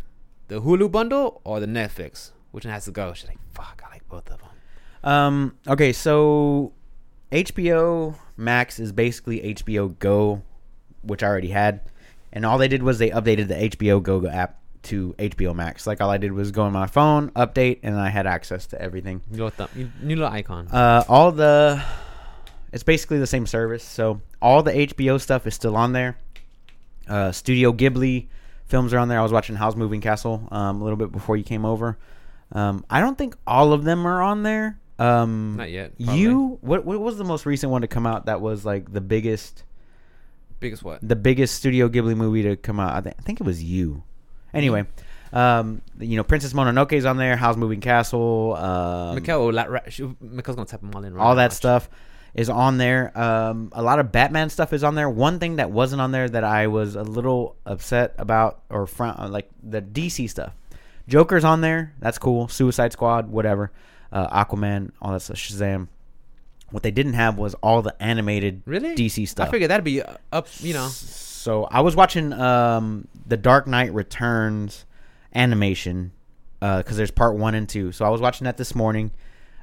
the Hulu bundle or the Netflix. Which one has to go? She's like, fuck, I like both of them.
Um. Okay. So HBO Max is basically HBO Go, which I already had, and all they did was they updated the HBO Go app to HBO Max. Like all I did was go on my phone, update, and I had access to everything.
New little, thumb, new little icon.
Uh, all the it's basically the same service. So all the HBO stuff is still on there. Uh, Studio Ghibli films are on there. I was watching House Moving Castle um, a little bit before you came over. Um, I don't think all of them are on there, Um,
Not yet,
You what? What was the most recent one to come out that was like the biggest,
Biggest what?
the biggest Studio Ghibli movie to come out? I, th- I think it was you. Anyway, um, you know Princess Mononoke is on there. How's Moving Castle? Um,
Mikhail, will la- ra- she- Mikhail's gonna tap him all in. Right
all
now.
that stuff is on there. Um, a lot of Batman stuff is on there. One thing that wasn't on there that I was a little upset about, or front uh, like the DC stuff. Joker's on there. That's cool. Suicide Squad, whatever. Uh, Aquaman, all that stuff. Shazam. What they didn't have was all the animated
Really?
DC stuff.
I figured that'd be uh, up. You know,
So I was watching um, the Dark Knight Returns animation because there's part one and two. So I was watching that this morning.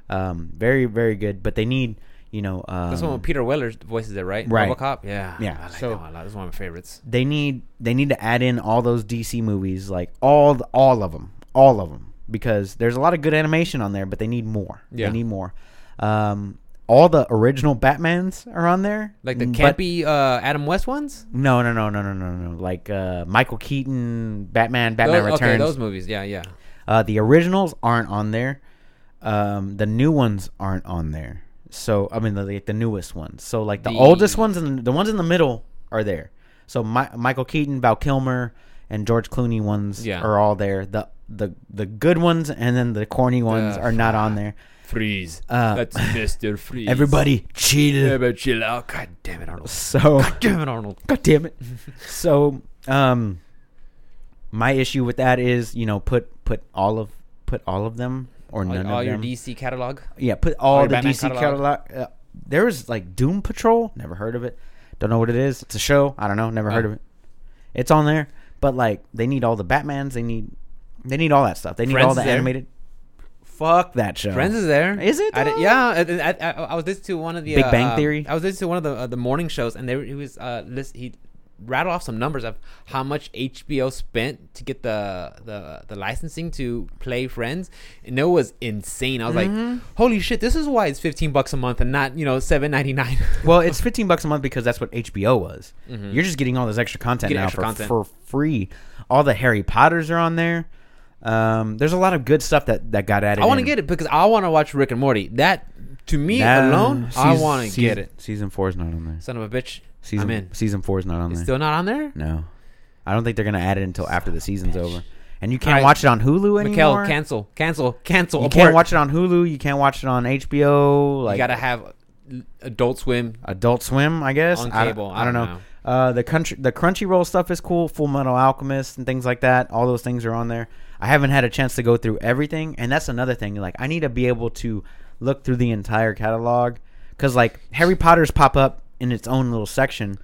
Um, very very good, but they need you know um,
that's one when Peter Weller voices it, right?
right.
RoboCop. Yeah.
Yeah,
I like
so-
that one a lot. That's one of my favorites.
they need they need to add in all those DC movies like all the, all of them all of them because there's a lot of good animation on there, but they need more.
Yeah.
They need more. Um, all the original Batmans are on there, Mm,
Like the
but-
campy uh, Adam West ones.
No, no, no, no, no, no, no. Like uh, Michael Keaton, Batman, Batman
Those,
Returns.
okay, those movies. Yeah, yeah.
Uh, the originals aren't on there. Um, the new ones aren't on there. So I mean, the, like the newest ones. So like the,
The-
oldest ones and the ones in the middle are there. So Mi- Michael Keaton, Val Kilmer, and George Clooney ones
Yeah.
are all there. The the the good ones and then the corny ones
Uh,
are not on there.
Freeze.
Uh,
That's Mister Freeze.
Everybody
Yeah,
chill.
but chill out. God damn it, Arnold.
So
Damn it, Arnold.
God damn it. so, um, my issue with that is, you know, put put all of put all of them or
All,
none
all
of
your
them.
DC catalog.
yeah, put all,
all your
the
Batman
DC catalog.
catalog.
uh, there was like Doom Patrol. Never heard of it. Don't know what it is. It's a show. I don't know. Never heard
Oh.
of it. It's on there, but like they need all the Batmans. They need they need all that stuff. They need
Friends
all
is
the
there.
animated. Fuck that show.
Friends is there.
Is it,
I did-
though?
yeah. I, I- I- I was listening to one of the
Big
uh,
Bang
uh,
Theory?
I was listening to one of the uh, the morning shows, and there he was uh, list, he rattled off some numbers of how much HBO spent to get the the, the licensing to play Friends, and it was insane. I was
Mm-hmm.
like, holy shit, this is why it's fifteen bucks a month and not you know seven ninety nine.
Well, it's fifteen bucks a month because that's what HBO was. You're just getting all this extra content
Getting
now
Mm-hmm. extra
for,
content.
for free. All the Harry Potters are on there. Um, there's a lot of good stuff that, that got added.
I want to get it because I want to watch Rick and Morty. That to me alone, I want to get it.
Season four is not on there.
Son of a bitch,
Season
I'm in.
season four is not on
It's
there.
still not on there.
no, I don't think they're gonna add it until after the season's over. And you
All
can't
right.
watch it on Hulu anymore.
Mikhail, cancel, cancel, cancel.
you
abort.
can't watch it on Hulu. You can't watch it on HBO.
you
Like
gotta have Adult Swim.
Adult Swim, I guess.
On
I-
cable,
I, don't know. Uh, the country, the Crunchyroll stuff is cool. Full Metal Alchemist and things like that. All those things are on there. I haven't had a chance to go through everything, and that's another thing. Like, I need to be able to look through the entire catalog because, like, Harry Potter's pop up in its own little section,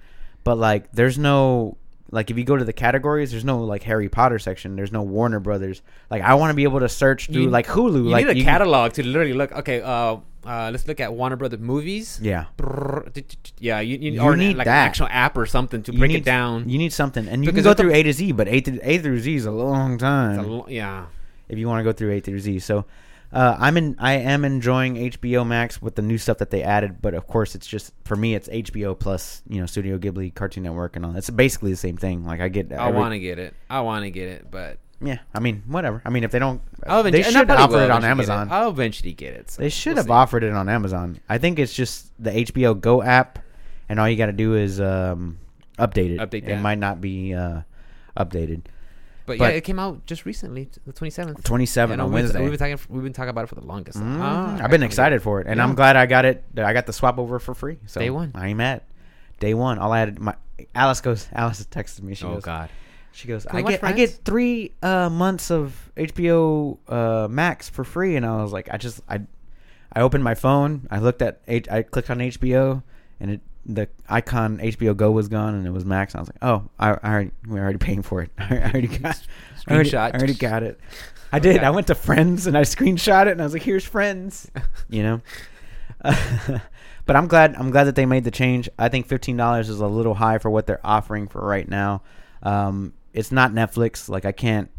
but like, there's no like if you go to the categories, there's no like Harry Potter section. There's no Warner Brothers. Like, I want to be able to search through
You-
like Hulu.
You
like,
need a
you can-
catalog to literally look. Okay, uh, uh, let's look at Warner Brothers movies.
Yeah,
Brrr, t- t- t- Yeah, you, you,
You
or
need
like
that.
an actual app or something to
You
break
need,
it down.
You need something, and you
Because
can
it's
go
a-
through A to Z, but A to A through Z is a long
It's a
time
lo- yeah,
if you want to go through A through Z. So, uh, I'm in. I am enjoying HBO Max with the new stuff that they added, but of course, it's just for me, it's HBO plus, you know, Studio Ghibli, Cartoon Network, and all. It's basically the same thing. Like I get.
I want to get it. I want to get it, but
to. Yeah, I mean, whatever. I mean, if they don't,
I'll
they
eventually, Oh, and I
should
probably
offer
will
it on
eventually get
Amazon.
I'll eventually get it. so
They should
we'll
have
see.
offered it on Amazon. I think it's just the HBO Go app, and all you got to do is um, update it.
Update
It
that.
might not be uh, updated.
but,
but-
yeah, it came out just recently, t- the twenty seventh.
27 on Wednesday.
We've been talking. We've been talking about it for the longest.
Mm,
Ah, okay,
I've been
okay.
excited for it, and I'm
Yeah.
glad I got it. that I got the swap over for free. So
Day one.
I ain't mad. Day one. All I had my Alice goes. Alice texted me. She
Oh
goes.
God.
She goes.
Can we
I
watch
get. I
Friends?"
get three uh, months of HBO uh, Max for free, and I was like, I just I, I opened my phone. I looked at. H- I clicked on HBO, and it the icon HBO Go was gone, and it was Max. And I was like, oh, I, I already we're already paying for it. I already got. I already, I
Screenshot.
already got it. I did.
Okay.
I went to Friends and I screenshot it, and I was like, "Here's Friends," you know. but I'm glad. I'm glad that they made the change. I think fifteen dollars is a little high for what they're offering for right now. Um, it's not Netflix. Like I can't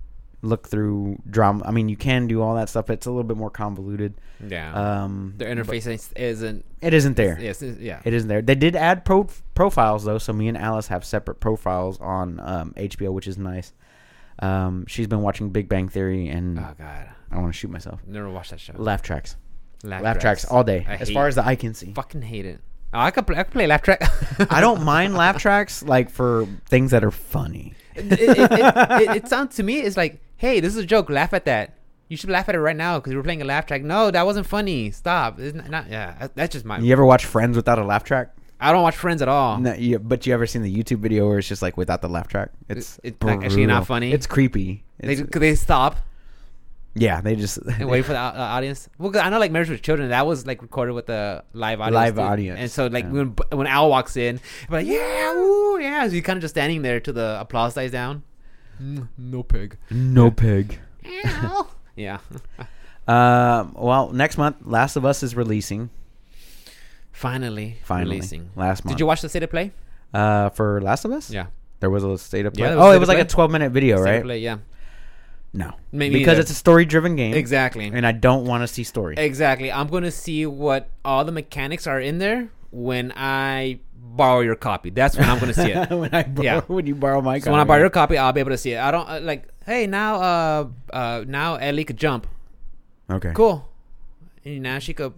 look through drama. I mean, you can do all that stuff. It's a little bit more convoluted.
Yeah.
Um,
Their interface is- isn't.
it isn't there.
Yes. is- Oh. Yeah.
It isn't there. They did add pro- profiles though, so me and Alice have separate profiles on um, HBO, which is nice. Um, she's been watching Big Bang Theory, and
Oh God.
I want to shoot myself.
Never watched that show.
Laugh tracks.
Laugh,
laugh tracks all day,
I
as
hate-
far as the eye can see.
fucking hate it. Oh, I could play, I could play laugh track.
I don't mind laugh tracks like for things that are funny.
it, it, it, it, it sounds to me it's like, hey, this is a joke. Laugh at that. You should laugh at it right now because we're playing a laugh track. No, that wasn't funny. Stop. It's not, not- yeah, that- that's just my.
You ever watch Friends without a laugh track?
I don't watch Friends at all.
No, you, but you ever seen the YouTube video where it's just like without the laugh track? It's
It- it's not- actually not
brutal.
funny.
It's creepy.
They,
It's,
they stop
yeah, they just
and wait for the au- uh, audience. Well, 'cause I know like Marriage with Children that was like recorded with the live audience.
Live
too.
audience,
And so like
yeah.
when when Al walks in, I'm like yeah, ooh, yeah. So you're kind of just standing there till the applause dies down. Mm, no pig.
no pig.
Ow. yeah.
Um, well, next month, Last of Us is releasing.
Finally.
Finally,
Releasing.
last month.
Did you watch the state of play?
uh, for Last of Us?
Yeah.
There was a state of
Yeah,
play.
there was
oh,
a
it was
state of
like a
play.
12 minute video,
State of
right?
play. Yeah.
No.
Me
because
neither.
it's a story driven game.
Exactly.
And I don't want to see story.
Exactly. I'm gonna see what all the mechanics are in there when I borrow your copy. That's when I'm gonna see it.
when I borrow,
Yeah.
when you borrow my
So when I borrow your copy, I'll be able to see it. I don't uh, like. Hey, now, uh, uh, now Ellie could jump.
Okay.
Cool. And now she could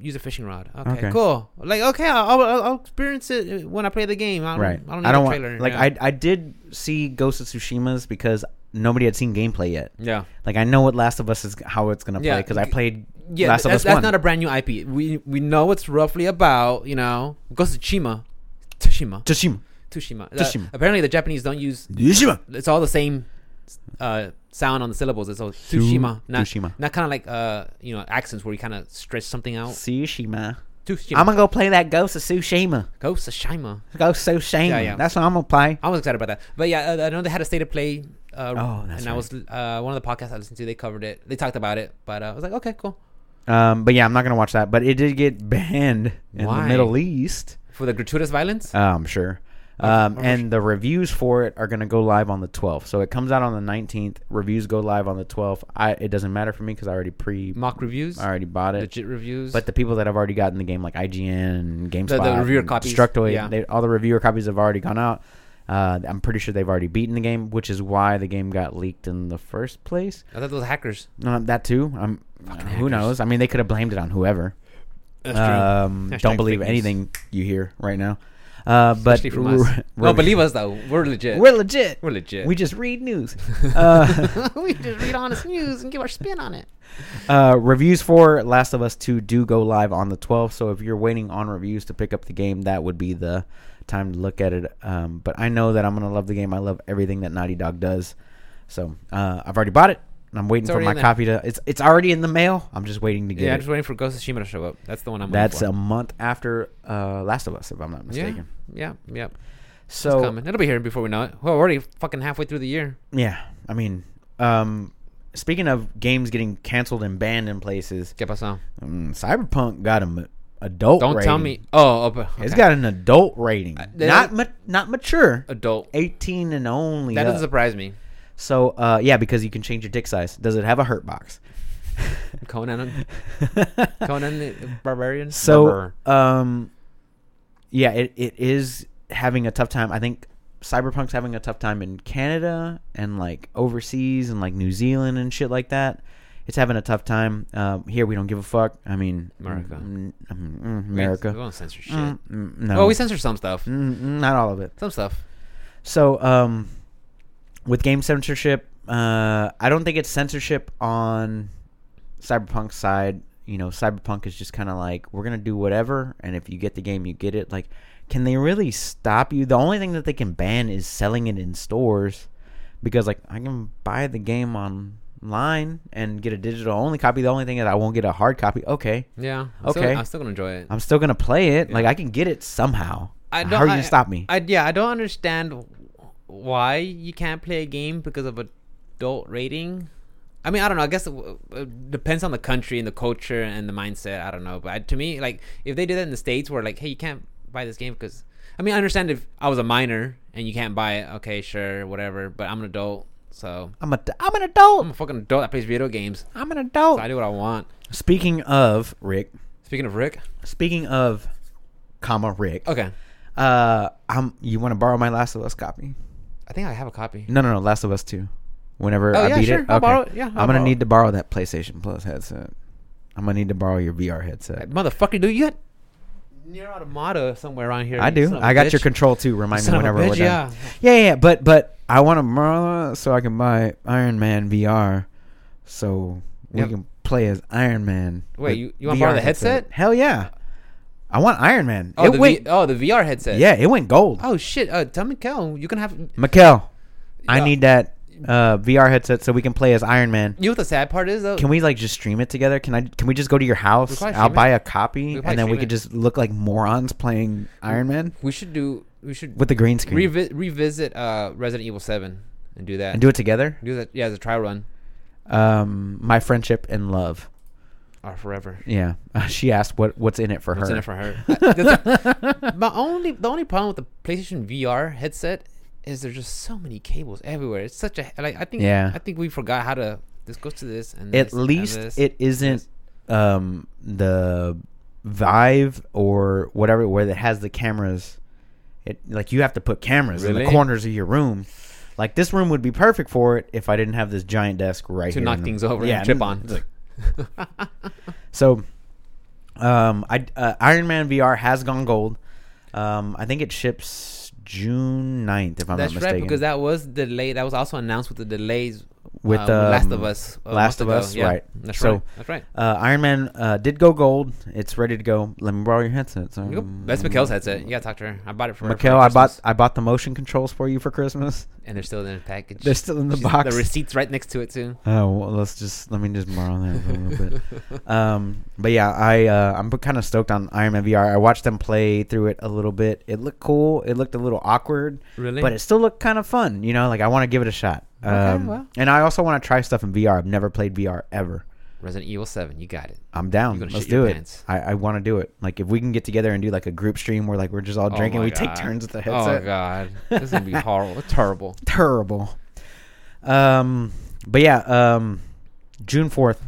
use a fishing rod. Okay,
Okay.
cool. Like, okay, I'll, I'll, I'll experience it when I play the game. I don't,
Right.
I don't need a trailer.
want like
yeah.
I I did see Ghost of Tsushima's because nobody had seen gameplay yet.
Yeah,
Like I know what Last of Us is how it's gonna play
Yeah.
because I played
yeah.
Last of
that's
Us
that's
one.
not a brand new IP. We we know it's roughly about. You know, Ghost of Tsushima, Tsushima,
Tsushima.
Tsushima. Uh,
Tsushima.
apparently, the Japanese don't use.
Tsushima.
It's all the same uh, sound on the syllables. It's all Tsushima, not
Tsushima.
not kind of like uh you know accents where you kind of stretch something out.
Tsushima.
Tsushima.
I'm gonna go play that Ghost of Tsushima.
Ghost of Tsushima.
Ghost of Tsushima.
Yeah, yeah.
That's what I'm gonna play.
I was excited about that. But yeah, uh, I know they had a state of play. Uh,
Oh, that's
and I was uh, one of the podcasts I listened to. They covered it. They talked about it. But uh, I was like, okay, cool.
Um, but yeah, I'm not gonna watch that. But it did get banned in the
Why?
Middle East.
For the gratuitous violence.
Uh, I'm sure. Um, and the reviews for it are going to go live on the 12th. So it comes out on the 19th. Reviews go live on the 12th. I it doesn't matter for me because I already pre
mock reviews.
I already bought it.
Legit reviews.
But the people that have already gotten the game, like IGN, GameSpot,
reviewer
and
copies,
Destructoid,
yeah.
they, all the reviewer copies have already gone out. Uh, I'm pretty sure they've already beaten the game, which is why the game got leaked in the first place.
I thought those hackers.
Uh, that too. Um, who
hackers.
knows? I mean, they could have blamed it on whoever.
That's
Um,
Hashtag
don't believe
fake news.
anything you hear right now. Uh, but
Especially from us. No, believe us, though. We're legit.
We're legit.
We're legit.
We just read news. uh,
we just read honest news and give our spin on it.
uh, reviews for Last of Us 2 do go live on the 12th, so if you're waiting on reviews to pick up the game, that would be the time to look at it. Um, but I know that I'm going to love the game. I love everything that Naughty Dog does. So uh, I've already bought it, and I'm waiting
It's
for
already
my
in there.
copy to. It's it's already in the mail. I'm just waiting to get
Yeah,
it.
I'm just waiting for Ghost of Tsushima to show up. That's the one I'm
That's
waiting
a month after uh, Last of Us, if I'm not
for. yeah,
mistaken.
yeah, yeah. It's
So
coming. It'll be here before we know it. Well, we're already fucking halfway through the year.
yeah, I mean, um, speaking of games getting canceled and banned in places,
¿Qué pasó?
Mm, Cyberpunk got an adult.
Don't tell
rating.
me. Oh, okay. Uh,
It's got an adult rating,
that-
not ma- not mature,
adult.
eighteen and only.
That
E up.
doesn't surprise me.
so uh, yeah, because you can change your dick size. Does it have a hurt box?
Conan, Conan the Barbarian.
so
Barbar.
um, yeah, it, it is having a tough time. I think Cyberpunk's having a tough time in Canada and like overseas and like New Zealand and shit like that. It's having a tough time. Um, here we don't give a fuck. I mean,
America.
mm, mm, mm,
We- We
America.
don't censor shit.
Mm, mm, no.
Well, we censor some stuff.
Mm, mm, not all of it.
Some stuff.
So, um, with game censorship, uh, I don't think it's censorship on Cyberpunk's side. You know, Cyberpunk is just kind of like we're gonna do whatever, and if you get the game, you get it. Like, can they really stop you? The only thing that they can ban is selling it in stores, because like I can buy the game online and get a digital only copy. The only thing is I won't get a hard copy. Okay,
Yeah. I'm still-
Okay.
I'm still gonna enjoy it.
I'm still gonna play it. Like I can get it somehow. How are you
I-
gonna stop me?
I, yeah, I don't understand wh- why you can't play a game because of adult rating. I mean, I don't know. I guess it, w- it depends on the country and the culture and the mindset. I don't know, but I- to me, like if they did that in the states, where like, hey, you can't buy this game because I mean, I understand if I was a minor and you can't buy it. Okay, sure, whatever. But I'm an adult, so
I'm a I'm an adult.
I'm a fucking adult that plays video games.
I'm an
So
adult.
I do what I want.
Speaking of Rick,
Speaking of Rick,
speaking of comma Rick,
okay,
uh, I'm you want to borrow my Last of Us copy?
I think I have a copy.
No, no, no, Last of Us two. Whenever
Oh,
I
yeah,
beat
sure.
it,
I'll borrow it. Yeah, I'll
I'm gonna
borrow
need
it.
to borrow that PlayStation Plus headset. I'm gonna need to borrow your VR headset.
Motherfucker, dude, you got near automata somewhere around here.
I
you
do.
son of a
I got
bitch.
your control too. Remind
Son
me
of a
whenever we're
bitch, yeah.
done. Yeah, yeah, yeah, But but I want to so I can buy Iron Man VR, so we
Yep.
can play as Iron Man.
Wait,
with
you- you wanna borrow
VR
the headset?
Hell yeah! I want Iron Man.
Oh,
it
the
went,
v- oh, the VR headset.
yeah, it went gold.
Oh shit. Uh, tell me, Kel, you can have.
Mikkel, I
Yeah.
need that uh, VR headset so we can play as Iron Man.
You know what the sad part is though?
Can we like just stream it together? Can I? Can we just go to your house?
probably
I'll
stream
buy a copy,
We probably
and then we
stream
could
it.
just look like morons playing Iron Man
we should do. We should
with the green screen
revi- revisit uh, Resident Evil Seven and do that.
and do it together.
do that. Yeah, as a trial run.
Um, my friendship and love.
Or uh, forever.
Yeah, she asked what what's in it for
What's
her.
in it for her? I- that's- my only the only problem with the PlayStation VR headset is there's just so many cables everywhere. It's such a like I think
Yeah.
I think we forgot how to this goes to this and
At
this and
least
this.
it isn't um the Vive or whatever where it has the cameras. It like you have to put cameras in the
Really?
corners of your room. Like this room would be perfect for it if I didn't have this giant desk right
to
here
knock
in the-
things over
Yeah,
and trip on.
it's like- So, um, I uh, Iron Man VR has gone gold. Um, I think it ships June 9th, if I'm
That's
not
right
mistaken.
because that was delayed. That was also announced with the delays
With,
uh, Last of
um,
Us. a month
Last of
ago.
Us, right.
That's
So-
right. That's right.
Uh, Iron Man uh, did go gold. It's ready to go. Let me borrow your headset. So,
Yep, That's Mikkel's headset. You gotta talk to her. I bought it for her for
um, Mikkel, I bought
Christmas,
I bought the motion controls for you for Christmas.
and they're still in the package.
They're still in the
She's-
box.
The receipt's right next to it too.
Oh, well, let's just let me just borrow that for a little bit. Um, but yeah, I uh, I'm kind of stoked on Iron Man VR. I watched them play through it a little bit. It looked cool. It looked a little awkward,
Really?
but it still looked kind of fun. You know, like I want to give it a shot.
Okay,
Um,
well.
and I also want to try stuff in VR. I've never played VR ever.
Resident Evil Seven. You got it.
I'm down.
You're gonna
Let's
shit your
do it.
pants.
I, I want to do it. Like if we can get together and do like a group stream where like we're just all
Oh
drinking,
my
we take
God.
turns with the
Oh
headset.
god, this is gonna be horrible. It's horrible.
Terrible. Um, but yeah, um, June fourth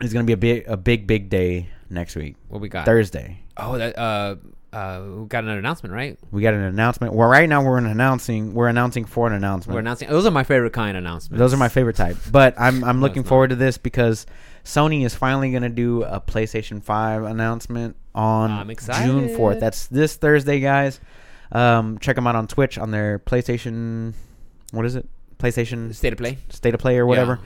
is gonna be a big, a big, big day next week.
What we got?
Thursday,
Oh, that uh, uh, we got another announcement, right?
we got an announcement. Well, right now we're an announcing. We're announcing for an announcement.
We're announcing. Those are my favorite kind of announcements.
Those are my favorite type. But I'm I'm
No,
looking
it's not.
forward to this because Sony is finally going to do a PlayStation 5 announcement on
I'm excited.
June 4th. That's this Thursday, guys. Um, check them out on Twitch on their PlayStation. What is it? PlayStation
state of play.
State of Play or whatever.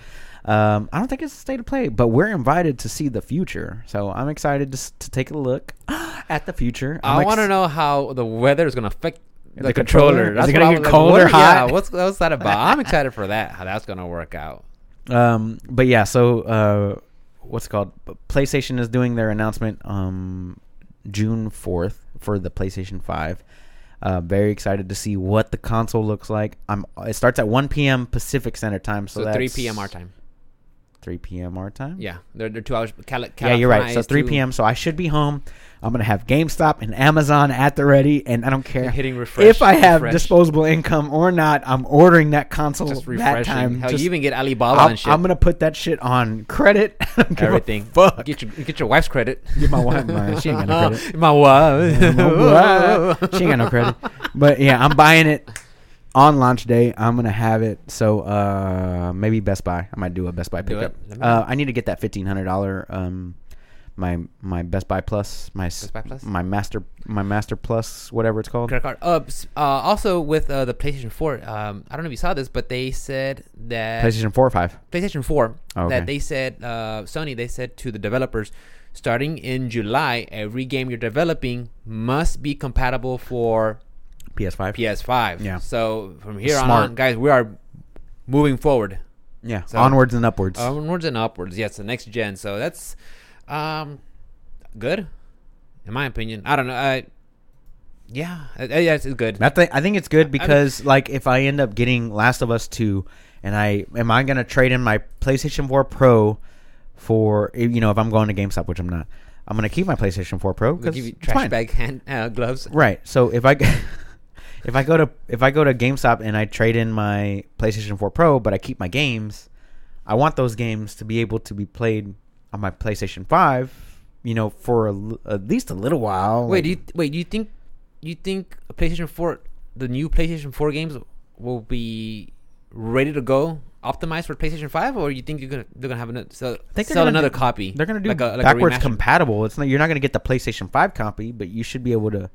Um, I don't think it's State of Play, but we're invited to see the future. So I'm excited to, s- to take a look at the future.
i
I'm
want to
ex-
know how the weather is gonna affect the,
The controller.
controller.
Is
That's
it gonna
what I
get
was like,
cold
what-
or hot?
Yeah, what's what's that about? I'm excited for that. How that's gonna work out.
Um, but yeah, so uh, what's it called PlayStation is doing their announcement um, June fourth for the PlayStation Five. Uh, very excited to see what the console looks like. I'm. It starts at 1 p.m. Pacific Standard Time, so,
So,
that's
3 p.m. our time.
3 p.m. our time.
Yeah, they're, they're two hours. Cali-
yeah, you're right.
California
So
is
3
two-
p.m. So I should be home. I'm gonna have GameStop and Amazon at the ready, and I don't care
And hitting refresh,
if I have
refresh.
disposable income or not. I'm ordering that console
Just
that
refreshing.
time.
Hell,
Just-
you even get Alibaba
I'm,
and shit.
I'm gonna put that shit on credit. I don't give a
everything.
Fuck.
Get your get your wife's credit.
Get my wife mine. She ain't got no credit.
my wife.
she ain't got no credit. But yeah, I'm buying it on launch day. I'm gonna have it. So uh, maybe Best Buy. I might do a Best Buy
Do
pickup.
it. Let me
Uh, I need to get that fifteen hundred dollar. Um, my my Best Buy Plus, my s-
Best Buy Plus?
my Master my Master Plus, whatever it's called.
credit card. Uh, s- uh, also with uh, the PlayStation 4, um, I don't know if you saw this, but they said that PlayStation,
PlayStation Four or Five.
4
Oh, okay.
that they said uh, Sony they said to the developers, starting in July, every game you're developing must be compatible for
PS Five.
PS5.
Yeah.
So from here on,
Smart.
on, guys, we are moving forward,
Yeah.
So-
Onwards and upwards.
onwards and upwards. Yes, the next gen. So that's um, good, in my opinion. I don't know. I, yeah, uh, yes, it's good.
I think I think it's good because like if I end up getting Last of Us two, and I am I gonna trade in my PlayStation Four Pro for eh, you know if I'm going to GameStop, which I'm not, I'm gonna keep my PlayStation Four Pro
They'll
because
give you
it's
trash
mine.
bag hand uh, gloves.
Right. So if I g- if I go to if I go to GameStop and I trade in my PlayStation Four Pro, but I keep my games, I want those games to be able to be played on my PlayStation Five. You know, for a l at least a little while.
Wait,
like-
do you wait? Do you think you think PlayStation Four, the new PlayStation Four games will be ready to go, optimized for PlayStation Five, or you think you're gonna they're gonna have another sell,
think they're
sell
gonna
another
do-
copy?
They're gonna do
like a, like
backwards
a remaster.
compatible. It's not you're not gonna get the PlayStation Five copy, but you should be able to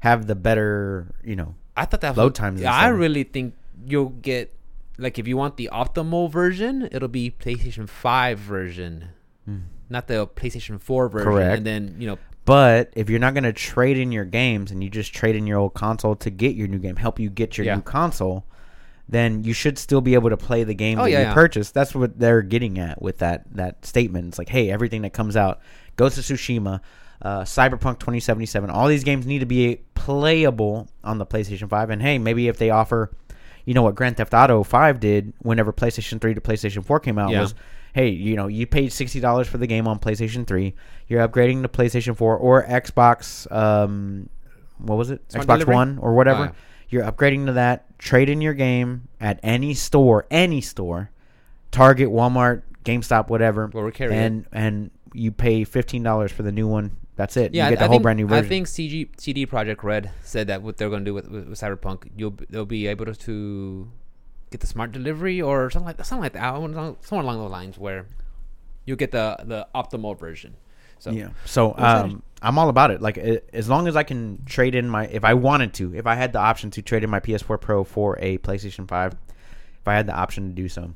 have the better, you know.
I thought that
load times and
Yeah, I
stuff.
really think you'll get like if you want the optimal version, it'll be PlayStation Five version, not the PlayStation Four version.
Hmm. Correct.
And then you know,
But if you're not gonna trade in your games and you just trade in your old console to get your new game, help you get your
Yeah.
new console, then you should still be able to play the game
Oh,
that
yeah,
you
yeah.
purchased. That's what they're getting at with that that statement. It's like, hey, everything that comes out, Ghost of Tsushima, uh, Cyberpunk 2077, all these games need to be playable on the PlayStation 5. And hey, maybe if they offer, you know, what Grand Theft Auto 5 did whenever PlayStation 3 to PlayStation 4 came out
Yeah.
was, hey, you know, you paid sixty dollars for the game on PlayStation 3, you're upgrading to PlayStation 4 or Xbox. Um, what was it?
Smart
Xbox
delivery?
One or whatever
Oh, yeah.
you're upgrading to that. Trade in your game at any store, any store, Target, Walmart, GameStop, whatever.
Well, we're carrying
and and you pay fifteen dollars for the new one. That's it.
yeah,
you
I-
get the
I
whole
think,
brand new version.
I think CG CD Project Red said that what they're gonna do with, with, with Cyberpunk, you'll b- they'll be able to, to get the smart delivery or something like something like that. I want to- Somewhere along those lines where you'll get the the optimal version. So
yeah. So um, I'm all about it. Like a- as long as I can trade in my, if I wanted to, if I had the option to trade in my PS4 Pro for a PlayStation Five, if I had the option to do so,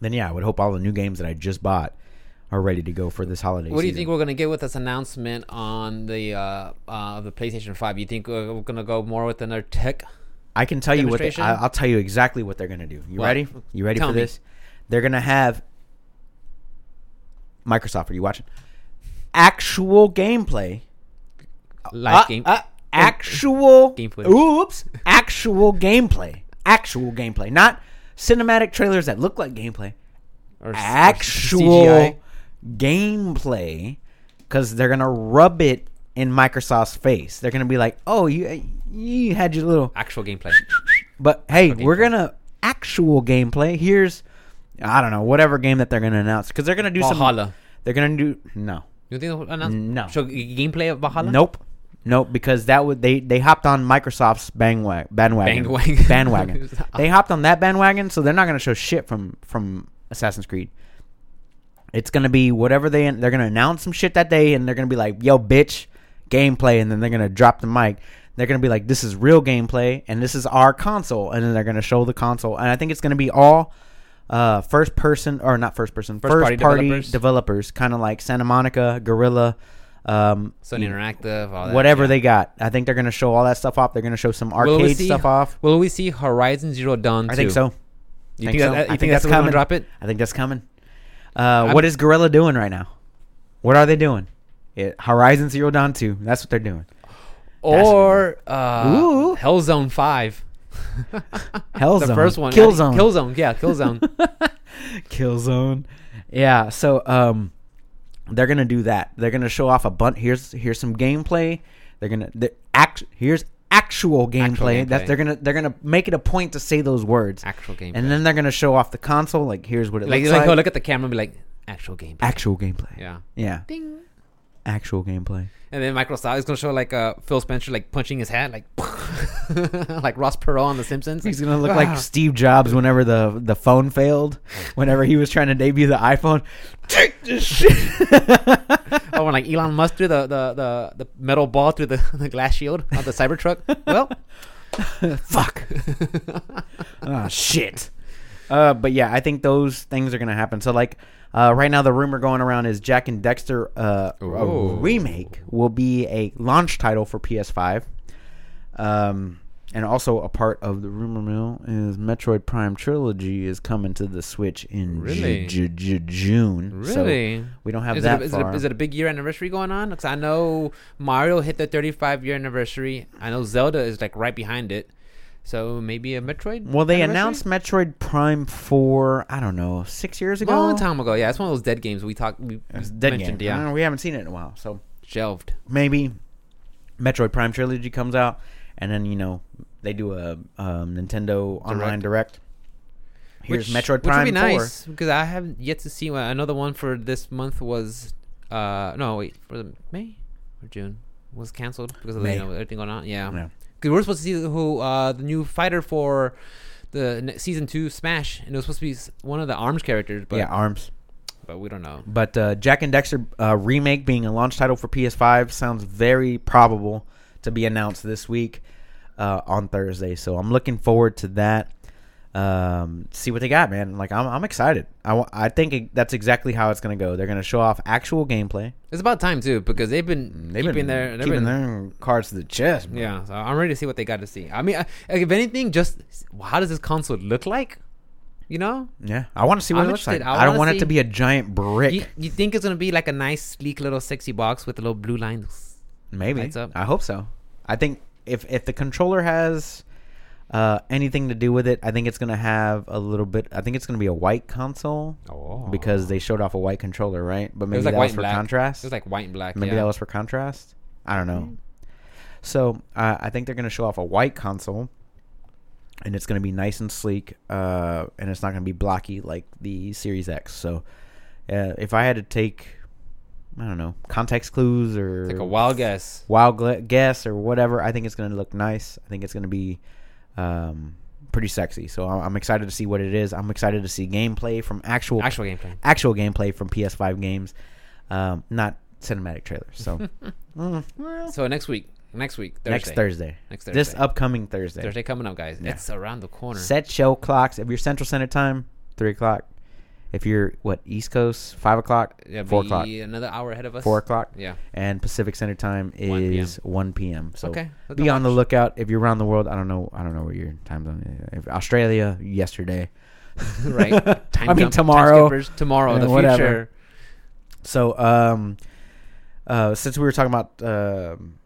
then yeah, I would hope all the new games that I just bought are ready to go for this holiday.
What do you
season.
think we're gonna get with this announcement on the uh, uh the PlayStation Five? You think we're, we're gonna go more with another tech?
I can tell you what they,
Demonstration?
I, I'll tell you exactly what they're gonna do. You
What?
ready? You ready
Tell
for
me.
this? They're gonna have Microsoft. Are you watching? Actual gameplay.
Live
Uh,
game- Oh.
uh, actual
Game footage.
Oops. Actual gameplay. Actual gameplay. Not cinematic trailers that look like gameplay
Or, s- or s-
actual
CGI?
gameplay because they're gonna rub it in Microsoft's face. They're gonna be like, "Oh, you you had your little,"
actual gameplay.
but hey, we're
gameplay.
gonna actual gameplay. Here's I don't know whatever game that they're gonna announce because they're gonna do
Valhalla.
some. They're gonna do no,
You think they'll announce
No.
show g- gameplay of Valhalla?
nope, nope because that would they they hopped on Microsoft's bandwagon bandwagon
Bandwagon.
bandwagon. they hopped on that bandwagon, so they're not gonna show shit from from Assassin's Creed. It's gonna be whatever they they're gonna announce some shit that day, and they're gonna be like, "Yo, bitch, gameplay," and then they're gonna drop the mic. They're gonna be like, "This is real gameplay, and this is our console," and then they're gonna show the console, and I think it's gonna be all uh, first person or not first person, first,
First-party
party, developers,
developers.
kind of like Santa Monica, Gorilla, um,
Sony Interactive, all that.
whatever they got. I think they're gonna show all that stuff off. They're gonna show some
Will we
arcade
see-
stuff off.
Will we see Horizon Zero Dawn?
I think
too?
so.
You
Think
think,
so.
that,
I
you think,
think
that's,
that's
when they're
coming.
gonna drop it?
I think that's coming. Uh, what is Gorilla doing right now? What are they doing? It, Horizon Zero Dawn Two. That's what they're doing. That's-
Or uh,
Ooh.
Hellzone Five.
Hellzone.
The first one.
Killzone.
Killzone. Yeah, Killzone.
Killzone. Yeah. So um, they're gonna do that. They're gonna show off a bunch. Here's here's some gameplay. They're gonna the act. Here's actual gameplay. That's
gameplay.
they're gonna they're gonna make it a point to say those words.
actual gameplay.
And then they're gonna show off the console. Like here's what it
like,
looks
like,
like.
he'll look at the camera and be like, actual gameplay.
actual gameplay.
Yeah.
Yeah.
Ding.
Actual gameplay.
And then Microsoft is gonna show like uh, Phil Spencer like punching his hat like like Ross Perot on The Simpsons.
He's gonna look
Ah.
like Steve Jobs whenever the the phone failed, whenever he was trying to debut the iPhone. Take this shit.
oh, and like Elon Musk threw the the, the, the metal ball through the, the glass shield of the Cybertruck. Well,
Fuck. Ah, shit. Uh, but yeah, I think those things are gonna happen. So like, uh, right now the rumor going around is Jack and Dexter uh, a
Ooh.
remake will be a launch title for PS5. Um, and also a part of the rumor mill is Metroid Prime trilogy is coming to the Switch in
Really?
ju- ju- ju- June. So
really.
we don't have
Is it,
that
a, is, it
far.
a, is it a big year anniversary going on? Because I know Mario hit the 35 year anniversary. I know Zelda is like right behind it. So maybe a Metroid.
Well,
anniversary?
they announced Metroid Prime Four. I don't know, six years ago.
long time ago. Yeah, it's one of those dead games we talked. We
It's a dead game.
mentioned.
I
Yeah,
don't know, we haven't seen it in a while, so
shelved.
maybe Metroid Prime trilogy comes out, and then you know they do a um, Nintendo online direct. Here's
Which-
Metroid
which would
Prime
be
Four.
nice because I haven't yet to see. Well, another one for this month was, uh, no wait for the May or June was canceled because of the, you
May.
know, everything going on. Yeah,
Yeah.
because we're supposed to see who uh the new fighter for the ne- season two Smash, and it was supposed to be s- one of the Arms characters, but
yeah, arms.
but we don't know.
But uh, Jack and Dexter uh, remake being a launch title for PS5 sounds very probable to be announced this week uh, on Thursday. So I'm looking forward to that. Um, see what they got, man. Like I'm, I'm excited. I, wa- I think it, that's exactly how it's gonna go. They're gonna show off actual gameplay.
It's about time too because they've been
They've
keeping
been
their they've
keeping
been-
their cards to the chest. man.
Yeah, so I'm ready to see what they got to see. I mean, I, if anything, just s- how does this console look like? You know,
Yeah, I want to see what
I'm
it looks like.
interested. I
I, don't
wanna
want it
see-
to be a giant brick.
you, you think it's gonna be like a nice, sleek, little, sexy box with a little blue line?
Maybe.
Lights up.
I hope so. I think if if the controller has uh, anything to do with it, I think it's gonna have a little bit. I think it's gonna be a white console
Oh,
because they showed off a white controller, right? But
it
maybe
was like
that
white
was
and
for
black.
contrast.
It was like white and black.
maybe
yeah. Mm.
that was for contrast. I don't know. So uh, I think they're gonna show off a white console, and it's gonna be nice and sleek, uh, and it's not gonna be blocky like the Series X. So uh, if I had to take, I don't know, context clues or
It's like a wild guess.
wild gl- guess or whatever. I think it's going to look nice. I think it's going to be um, pretty sexy. So I- I'm excited to see what it is. I'm excited to see gameplay from actual actual,
Actual gameplay.
gameplay from PS5 games, um, not cinematic trailers. So mm, well,
So next week, next week, Thursday.
next Thursday,
Next
this
Thursday.
upcoming Thursday.
Thursday Mm. coming up, guys.
Yeah.
It's around the corner.
set show clocks. If you're Central Standard Time, three o'clock. If you're what East Coast, five o'clock,
It'll
four
be
o'clock,
Another hour ahead of us.
four o'clock.
Yeah.
and Pacific Standard Time
1 p.m..
is 1 p.m. So
Okay, so
be
don't
on the lookout if you're around the world. I don't know. I don't know what your time zone is. If Australia yesterday,
right. Time
I
jump-
mean
time
tomorrow.
skippers, tomorrow.
and
The
whatever.
future.
So um, uh, since we were talking about um,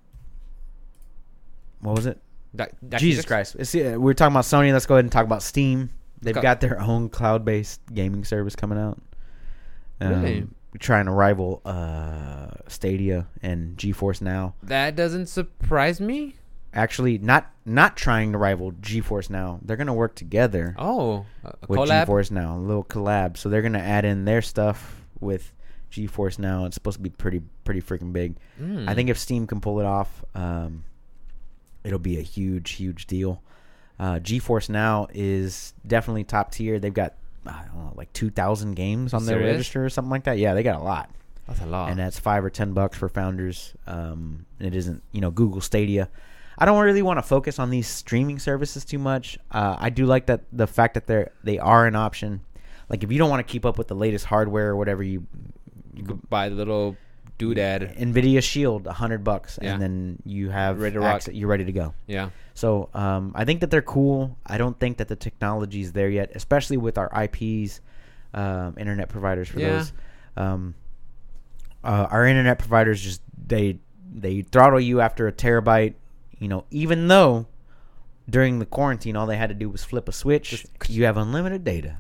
what was it?
Doc- Doc-
Jesus
Doc-
Christ. It's- yeah, we were talking about Sony. Let's go ahead and talk about Steam. They've
Okay.
got their own cloud-based gaming service coming out. Um,
Really?
Trying to rival uh, Stadia and GeForce Now.
That doesn't surprise me.
actually not not trying to rival GeForce now. They're gonna work together
Oh, a a
with
collab.
GeForce now, a little collab. So they're gonna add in their stuff with GeForce now. It's supposed to be pretty pretty freaking big.
Mm.
I think if Steam can pull it off, um, it'll be a huge huge deal. Uh, GeForce now is definitely top tier. They've got I don't know like two thousand games on their
Serious?
register or something like that. Yeah, they got a lot
that's a lot.
and that's five or ten bucks for founders. Um, it isn't, you know, Google Stadia. I don't really want to focus on these streaming services too much. Uh, I do like that the fact that they're they are an option. Like if you don't want to keep up with the latest hardware or whatever, you
you could buy the little doodad.
Nvidia Shield, a hundred bucks,
Yeah.
and then you have
Ready to rock.
access- you're ready to go.
Yeah.
So um, I think that they're cool. I don't think that the technology is there yet, especially with our IPs, um, internet providers for
Yeah.
those. Um, uh, our internet providers just they they throttle you after a terabyte. You know, even though during the quarantine all they had to do was flip a switch,
Just-
you have unlimited data.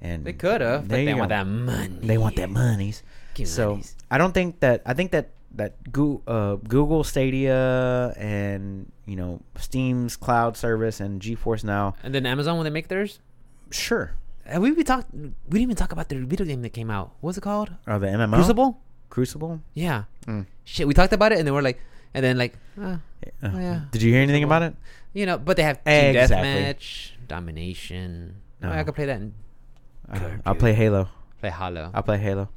And
They could have, but
there
they
you
want
go.
that money.
They want that monies.
Give me
so
monies.
I don't think that I think that that Goo uh, Google Stadia and you know Steam's cloud service and GeForce Now,
And then Amazon when they make theirs,
sure,
Uh, we we talked. We didn't even talk about the video game that came out. What's it called?
are the MMO
Crucible.
Crucible.
Yeah.
Mm.
Shit, we talked about it, and then we're like, and then like, uh,
Uh,
Oh, yeah.
Did you hear anything about it?
you know, but they have team
Exactly.
deathmatch, domination.
No.
Oh, I could play that and
Uh,
Good,
I'll
dude.
play Halo.
play Halo.
I'll play Halo.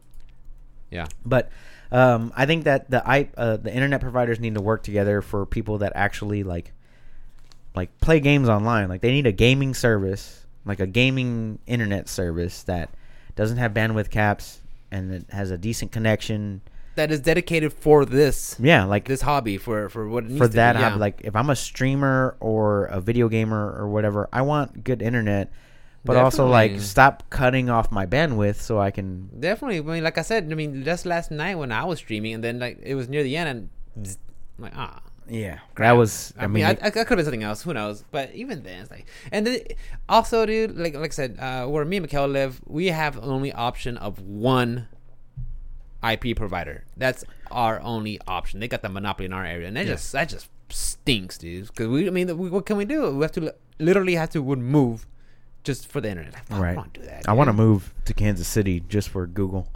yeah.
But um, I think that the I, uh, the internet providers need to work together for people that actually like like play games online. Like they need a gaming service, like a gaming internet service that doesn't have bandwidth caps and it has a decent connection.
That is dedicated for this
Yeah, like
this hobby for for what it needs
for
to
that,
Be. Yeah.
I'm like if I'm a streamer or a video gamer or whatever, I want good internet, but also like
Definitely.
stop cutting off my bandwidth so I can
Definitely. I mean, like I said, I mean, just last night when I was streaming, and then like it was near the end, and zzz, I'm like ah,
yeah. That was
I mean, I, I, could have been something else. Who knows? But even then, it's like, and then, also, dude, like like I said, uh, where me and Mikhail live, we have only option of one IP provider. That's our only option. They got the monopoly in our area, and that just that just stinks, dude. Because we, I mean, we, what can we do? We have to li- literally have to would move just for the internet. Like, fuck, I
Right.
don't do that.
I want to
dude.
move to Kansas City just for Google,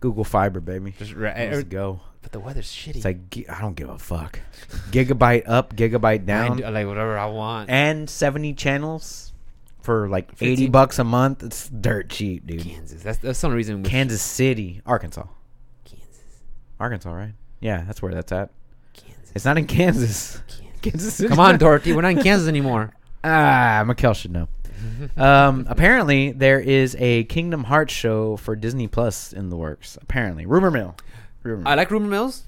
Google Fiber, baby.
Just ra-
Let's
er-
go.
but the weather's shitty.
It's like gi- I don't give a fuck. gigabyte up, gigabyte
I
down,
do- like whatever I want.
and seventy channels. for like 80
15.
bucks a month. It's dirt cheap, dude.
Kansas. That's that's the only reason. we-
Kansas City, Arkansas.
Kansas.
Arkansas, right? Yeah, that's where that's at.
Kansas.
It's not in Kansas.
Kansas.
Kansas City.
Come on, Dorothy. We're not in Kansas anymore.
Ah, Mikel should know. um, apparently, there is a Kingdom Hearts show for Disney Plus in the works. Apparently, rumor mill. Rumor. mill.
I like rumor mills.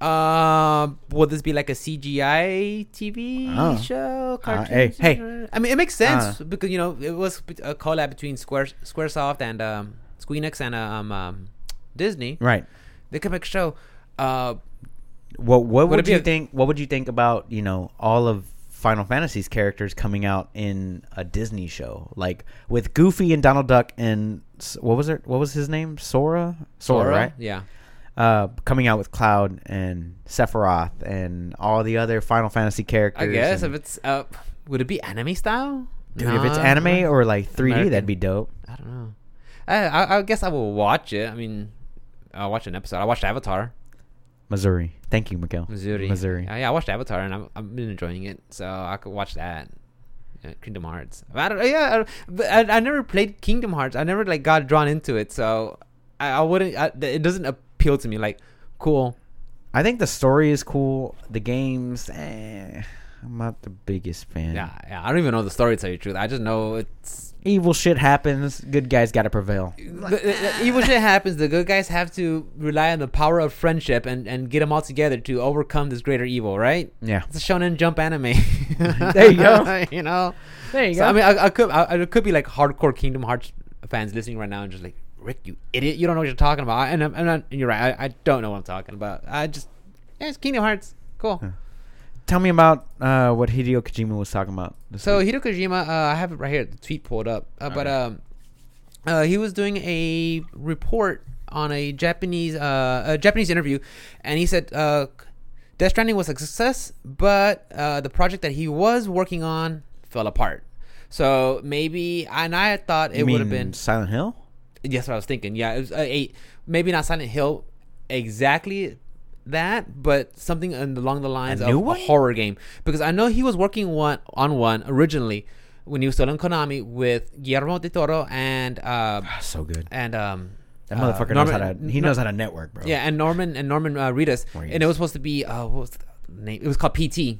Uh, will this be like a CGI TV
Oh.
show?
Uh,
Cartoon
hey, hey.
show? I mean, it makes sense
Uh.
because you know it was bet- a collab between Square SquareSoft and um, Squeenix and um, um Disney.
Right.
They could make a show. Uh,
What What
Would it
would
be
you
a-
think? What would you think about you know all of Final Fantasy's characters coming out in a Disney show, like with Goofy and Donald Duck and S- what was it? What was his name? Sora. Sora,
Sora?
right?
Yeah.
Uh, coming out with Cloud and Sephiroth and all the other Final Fantasy characters.
I guess
and-
if it's uh, would it be anime style?
Dude, if it's
Nah,
anime or like 3D,
American.
that'd be dope.
I don't know. I, I I guess I will watch it. I mean, I'll watch an episode. I watched Avatar,
Missouri. Thank you, Miguel.
Missouri.
Missouri.
Yeah, yeah, I watched Avatar, and I'm I've been enjoying it, so I could watch that. Yeah, Kingdom Hearts. I don't. Yeah, I, don't- but I, I never played Kingdom Hearts. I never like got drawn into it, so I, I wouldn't. I, it doesn't appeal to me. Like, cool.
I think the story is cool. The games, eh, I'm not the biggest fan.
Yeah, yeah. I don't even know the story. To tell you the truth, I just know it's
Evil shit happens. Good guys got to prevail.
the, the- the evil shit happens. The good guys have to rely on the power of friendship and, and get them all together to overcome this greater evil, right?
Yeah.
It's a Shonen Jump anime.
There you go.
you know.
There you
So, I mean, I, I could I, I could be like hardcore Kingdom Hearts fans listening right now and just like Rick, you idiot, you don't know what you're talking about. I, and I'm, I'm not. and You're right. I, I don't know what I'm talking about. I just yeah, it's Kingdom Hearts. Cool.
Tell me about uh, what Hideo Kojima was talking about. this
So
week.
Hideo Kojima, uh, I have it right here. The tweet pulled up, uh, but
Alright.
um, uh, he was doing a report on a Japanese uh, a Japanese interview, and he said uh, Death Stranding was a success, but uh, the project that he was working on fell apart. So maybe, and I thought
You
it would have
mean
been
Silent Hill.
Yes, what I was thinking. Yeah, it was uh, a maybe not Silent Hill exactly that, but something in- along the lines
A
of
new
a
one?
horror game. Because I know he was working one on one originally when he was still in Konami with Guillermo de Toro and uh,
So good.
and um,
That
uh,
motherfucker knows
Norman-
how to. He
Nor-
knows how to network, bro.
yeah, and Norman and Norman uh, Reedus,
Reedus.
and it was supposed to be uh, what was the name? It was called PT.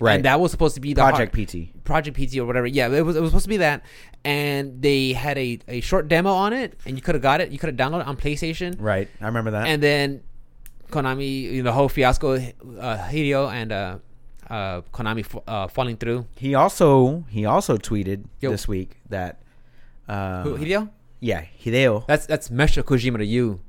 Right.
And that was supposed to be the hor-
Project PT.
Project PT or whatever. Yeah, it was, it was supposed to be that. And they had a, a short demo on it, and you could have got it. You could have downloaded it on PlayStation.
Right. I remember that.
And then Konami, you know, the whole fiasco, uh, Hideo and uh, uh, Konami f- uh, falling through.
he also he also tweeted
Yo.
this week that. Uh,
Who, Hideo?
yeah, Hideo.
Uh-huh. That's that's Mesha Kojima to you,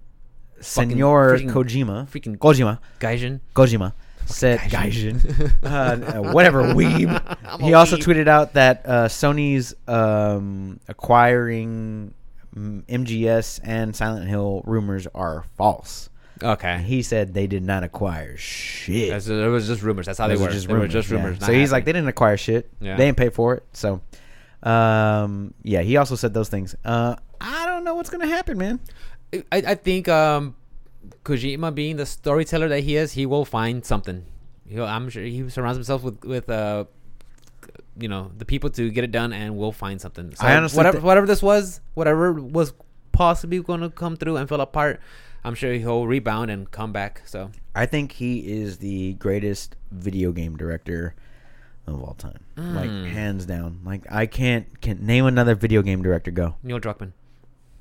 Senor
freaking-
Kojima.
freaking
Kojima.
Gaijin.
Kojima said
Gaijin.
Gaijin, uh, uh, whatever weeb.
I'm
he
a
also
weeb.
tweeted out that uh, Sony's um, acquiring mm, MGS and Silent Hill rumors are false.
Okay.
He said they did not acquire shit.
That's, it was just rumors. That's how
Those
they
are
were. they were just
yeah.
rumors.
So he's like, they didn't acquire shit.
Yeah.
They didn't pay for it. So, um, yeah, he also said those things. Uh, I don't know what's gonna happen, man.
I, I think um, Kojima, being the storyteller that he is, he will find something. He'll, I'm sure he surrounds himself with with uh, you know the people to get it done, and we'll find something. So
I honestly
whatever
thi-
whatever this was, whatever was possibly going to come through and fall apart, I'm sure he'll rebound and come back. So
I think he is the greatest video game director of all time. Like
Mm.
hands down. Like I can't can name another video game director. Go.
Neil Druckmann.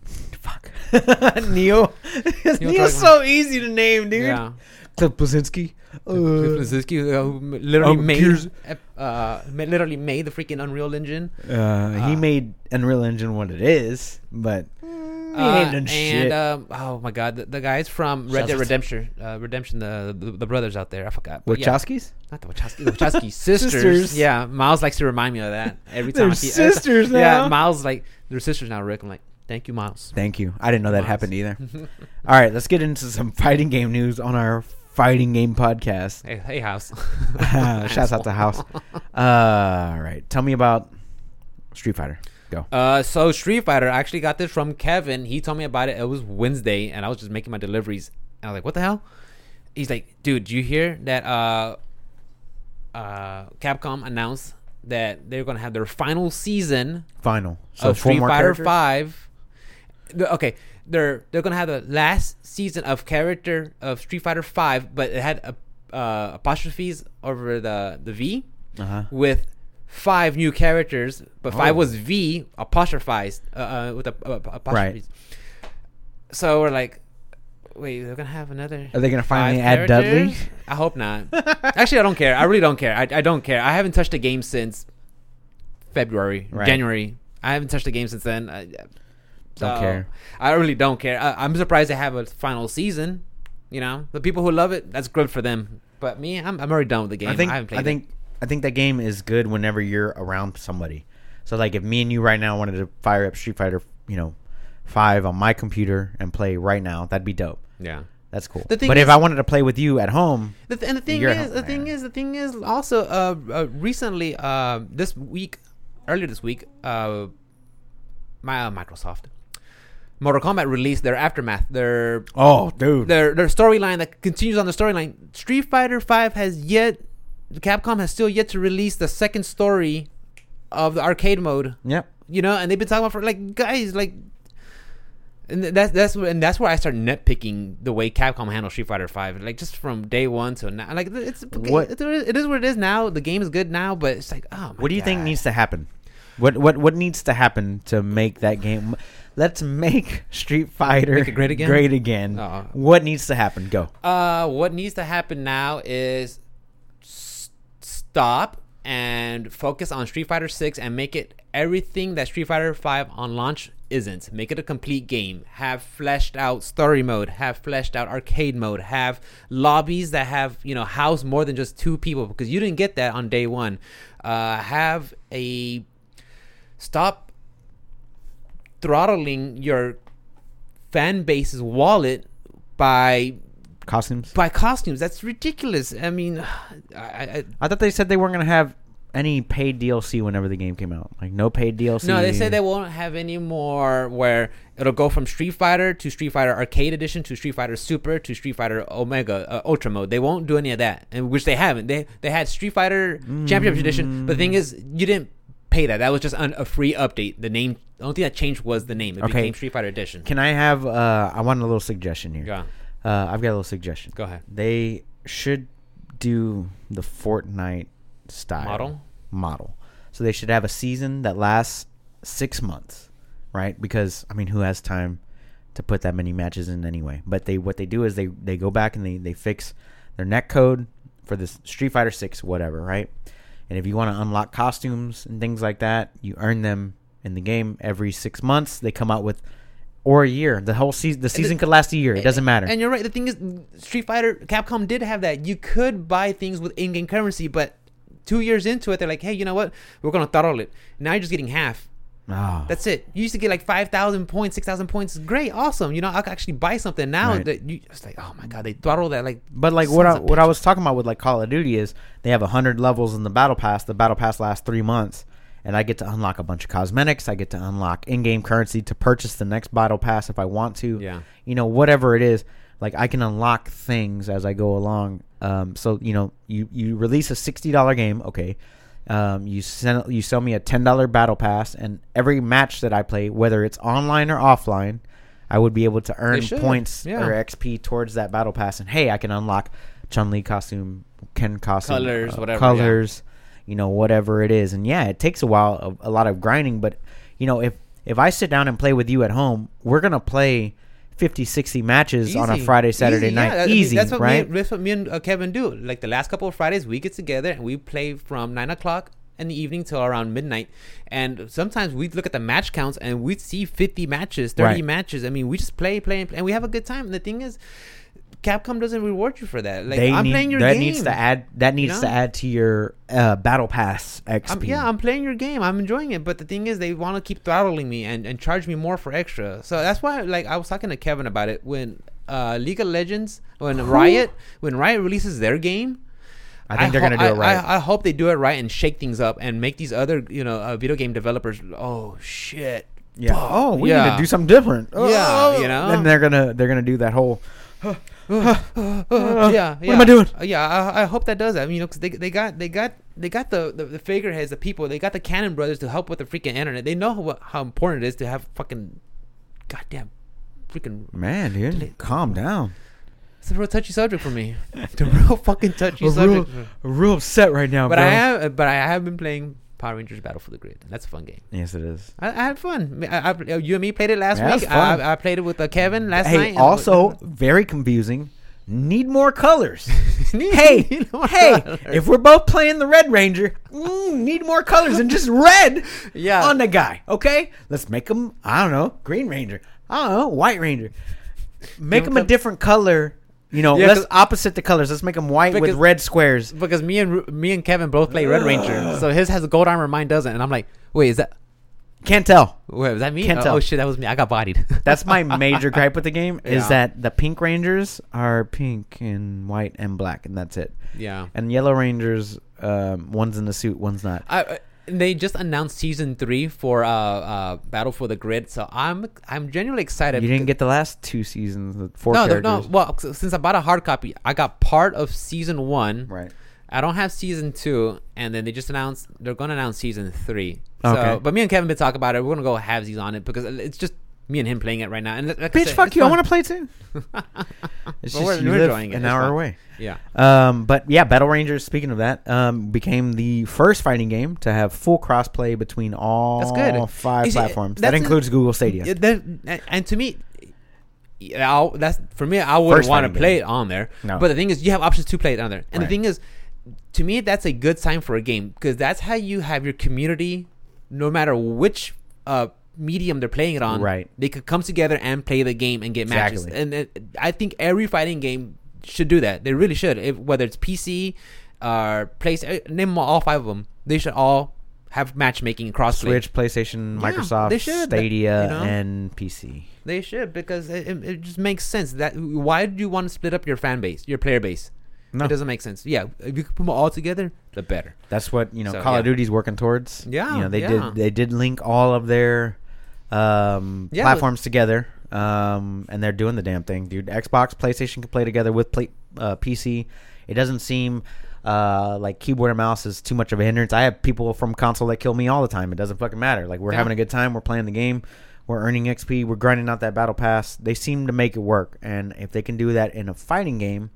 Fuck. Neo. Neo's
Druckmann.
so easy to name, dude.
Yeah,
Cliff Blazinski.
Cliff
Uh,
Blazinski, uh, who m- literally
I'm
made
curious-
uh, uh, ma- literally made the freaking Unreal Engine.
uh, he
Ah.
made Unreal Engine what it is, but he ain't
Uh,
done
and
shit.
um, oh my god, the, the guys from Red Dead
Shazam.
Redemption, uh, Redemption, the, the the brothers out there, I forgot. But yeah,
Wachowskis?
not the Wachowski, the Wachowski sisters.
Sisters.
Yeah, Miles likes to remind me of that every
They're
time. I see, every ti-
sisters now.
Yeah, Miles like they're sisters now. Rick, I'm like, thank you, Miles.
Thank you. I didn't know that
Miles.
happened either. All right, let's get into some fighting game news on our fighting game podcast.
Hey, hey, House.
Shouts out to House. Uh, all right, tell me about Street Fighter. Go.
Uh, so Street Fighter, I actually got this from Kevin. He told me about it. It was Wednesday, and I was just making my deliveries, and I was like, "What the hell?" He's like, "Dude, do you hear that? Uh, uh, Capcom announced that they're going to have their final season
Final.
of
four
Oh, Street
more
Fighter
characters?
Five. The- okay, they're they're gonna have the last season of character of Street Fighter Five, but it had a, uh, apostrophes over the the V
Uh-huh.
with five new characters, but five
Oh.
was V apostrophized uh, uh, with a, uh, apostrophes. So we're like, wait, they're gonna have another.
Are they gonna finally
five
add Dudley?
characters? I hope not. Actually, I don't care. I really don't care. I, I don't care. I haven't touched a game since February,
Right.
January. I haven't touched a game since then. I, so,
care.
I really don't care. I, I'm surprised they have a final season. You know, the people who love it, that's good for them. But me, I'm, I'm already done with the game. I,
I think I,
haven't played it.
think I think that game is good whenever you're around somebody. So like if me and you right now wanted to fire up Street Fighter, you know, five on my computer and play right now, that'd be dope.
Yeah.
That's cool.
The thing
but
is-
if I wanted to play with you at home,
The th- and the thing
You're
is,
out
the thing
there.
is, the thing is, also uh, uh recently, uh, this week, earlier this week, uh, my uh, Microsoft, Mortal Kombat released their aftermath, their
oh dude,
their their storyline that continues on the storyline. Street Fighter Five has yet, Capcom has still yet to release the second story of the arcade mode.
yep,
You know, and they've been talking about for like guys, like, and th- that's that's where- and that's where I start nitpicking the way Capcom handles Street Fighter Five, like just from day one to now. Like it's
What-
it is what it is now. The game is good now, but it's like, oh, my
What do you think
God.
needs to happen? What what what needs to happen to make that game? Let's make Street Fighter
Make it great again?
Great again. Oh.
Uh-uh.
What needs to happen? Go.
Uh, what needs to happen now is s- stop and focus on Street Fighter Six and make it everything that Street Fighter Five on launch isn't. Make it a complete game. Have fleshed out story mode. Have fleshed out arcade mode. Have lobbies that have you know house more than just two people because you didn't get that on day one. Uh, have a stop throttling your fan base's wallet by
Costumes.
by costumes. That's ridiculous. I mean, I, I,
I thought they said they weren't gonna have any paid DLC whenever the game came out. Like no paid DLC.
no, they say they won't have any more where it'll go from Street Fighter to Street Fighter Arcade Edition to Street Fighter Super to Street Fighter Omega uh, Ultra Mode. They won't do any of that, and which they haven't. They they had Street Fighter Championship Edition, but the thing is, you didn't pay that. That was just an, a free update. The name, the only thing that changed was the name. It
Okay.
became Street Fighter Edition.
Can I have? Uh, I want a little suggestion here.
Go.
Uh, I've got a little suggestion.
Go ahead.
They should do the Fortnite style
Model?
Model. So they should have a season that lasts six months, right? Because I mean, who has time to put that many matches in anyway? But they what they do is they they go back and they they fix their neck code for this Street Fighter Six, whatever, right? And if you want to unlock costumes and things like that, you earn them in the game every six months. They come out with or a year. The whole season the season could last a year. It doesn't matter.
And you're right. The thing is, Street Fighter, Capcom did have that. You could buy things with in-game currency, but two years into it, they're like, "Hey, you know what? We're gonna throttle it." Now you're just getting half.
Ah.
That's it. You used to get like five thousand points, six thousand points. Great, awesome. You know, I could actually buy something now.
Right.
That you it's like, oh my god, they throttle that like.
But like what I,
sons of
what I was talking about with like Call of Duty is they have hundred levels in the battle pass. The battle pass lasts three months, and I get to unlock a bunch of cosmetics. I get to unlock in-game currency to purchase the next battle pass if I want to.
Yeah.
you know whatever it is, like I can unlock things as I go along. Um, so you know you you release a sixty dollar game, okay. Um, you send you sell me a ten dollar battle pass, and every match that I play, whether it's online or offline, I would be able to earn
should,
points
yeah.
or XP towards that battle pass, and hey, I can unlock Chun Li costume, Ken costume, uh,
Colors, whatever, yeah.
colors, you know, whatever it is. And yeah, it takes a while, a, a lot of grinding, but you know, if if I sit down and play with you at home, we're gonna play 50, 60 matches on a
Easy.
Friday, Saturday
Easy,
night,
yeah. That-
easy,
That's what
right?
Me, that's what me and uh, Kevin do. Like the last couple of Fridays, we get together and we play from nine o'clock in the evening till around midnight. And sometimes we look at the match counts and we see fifty matches, thirty
Right.
matches. I mean, we just play, play, and play, and we have a good time. And the thing is, Capcom doesn't reward you for that. Like
They
I'm
need-
playing your
that
game.
needs to add that needs to
know?
add to your uh, battle pass XP.
I'm, yeah, I'm playing your game. I'm enjoying it, but the thing is, they want to keep throttling me and, and charge me more for extra. So that's why, like, I was talking to Kevin about it when uh, League of Legends, when Riot, when Riot releases their game.
I think they're
ho-
gonna do it right.
I, I hope they do it right and shake things up and make these other, you know, uh, video game developers. Oh shit!
Yeah.
Fuck,
Oh, we need
yeah.
to do something different.
Oh. Yeah, you know?
And they're gonna they're gonna do that whole.
yeah, yeah.
what am I doing?
Uh, Yeah, I, I hope that does that. I mean, you know, 'cause they, they got they got they got the, the the figureheads, the people. They got the Cannon brothers to help with the freaking internet. They know what, how important it is to have fucking goddamn freaking.
Man, dude, calm down.
It's a real touchy subject for me. It's a real fucking touchy subject.
real upset right now,
But I have but I have been playing Power Rangers Battle for the Grid. That's a fun game.
Yes, it is.
I, I had fun. I, I, you and me played it last
Yeah, it was
week.
fun.
I, I played it with uh, Kevin last night.
Hey,
and-
also very confusing. Need more colors. hey,
Need more
hey!
colors.
If we're both playing the Red Ranger, mm, need more colors than just red.
Yeah.
on the guy. Okay, let's make him. I don't know, Green Ranger. I don't know, White Ranger. Make
Give
him a
him-
different color. You know,
Yeah,
let's
'cause-
opposite the colors. Let's make him white with
Because-
red squares.
because me and Ru- me and Kevin both play Red Ranger, so his has a gold armor, mine doesn't, and I'm like, wait, is that
Can't tell.
wait, was that me?
Can't
oh,
tell.
oh, shit, that was me. I got bodied.
That's my major gripe with the game is
Yeah.
that the pink rangers are pink and white and black and that's it.
yeah.
And yellow rangers, um, one's in the suit, one's not.
I, I- they just announced season three for uh, uh, Battle for the Grid, so I'm I'm genuinely excited.
You didn't
because-
get the last two seasons, the four
no, the-
characters.
no. Well, s- since I bought a hard copy, I got part of season one.
Right.
I don't have season two, and then they just announced they're going to announce season three. So,
Okay.
but me and Kevin been talking about it. We're gonna go halvesies on it because it's just me and him playing it right now. And like I
Bitch,
said,
fuck
it's
you. I
fun.
want to play too. it's
But
just
we're-
you
we're
live
enjoying it.
an
It's
hour
fun.
away.
Yeah.
Um, but yeah, Battle Rangers. Speaking of that, um, became the first fighting game to have full crossplay between all
That's good.
five
You see,
platforms. That
that's in-
includes Google Stadia.
Yeah, that- and- and to me, yeah, I'll, that's for me. I wouldn't
First
want
fighting
to play
game.
it on there.
No.
But the thing is, you have options to play it on there. And
Right.
the thing is, to me, that's a good sign for a game because that's how you have your community, no matter which uh, medium they're playing it on.
Right.
They could come together and play the game and get matches.
Exactly.
And it, I think every fighting game should do that. They really should. If, whether it's PC or place, eh, name all five of them. They should all have matchmaking and crossplay.
Switch, PlayStation,
Yeah,
Microsoft,
they should, but,
Stadia,
you know.
and PC.
They should because it, it, it just makes sense. That why do you want to split up your fan base, your player base?
No.
It doesn't make sense. Yeah, if you can put them all together, the better.
That's what you know.
So,
Call of
yeah.
Duty's working towards.
Yeah,
you know they
yeah.
did. They did link all of their um,
Yeah, but-
platforms together, um, and they're doing the damn thing, dude. Xbox, PlayStation can play together with play, uh, PC. It doesn't seem uh, like keyboard and mouse is too much of a hindrance. I have people from console that kill me all the time. It doesn't fucking matter. Like we're
Yeah.
having a good time. We're playing the game. We're earning XP. We're grinding out that battle pass. They seem to make it work, and if they can do that in a fighting game,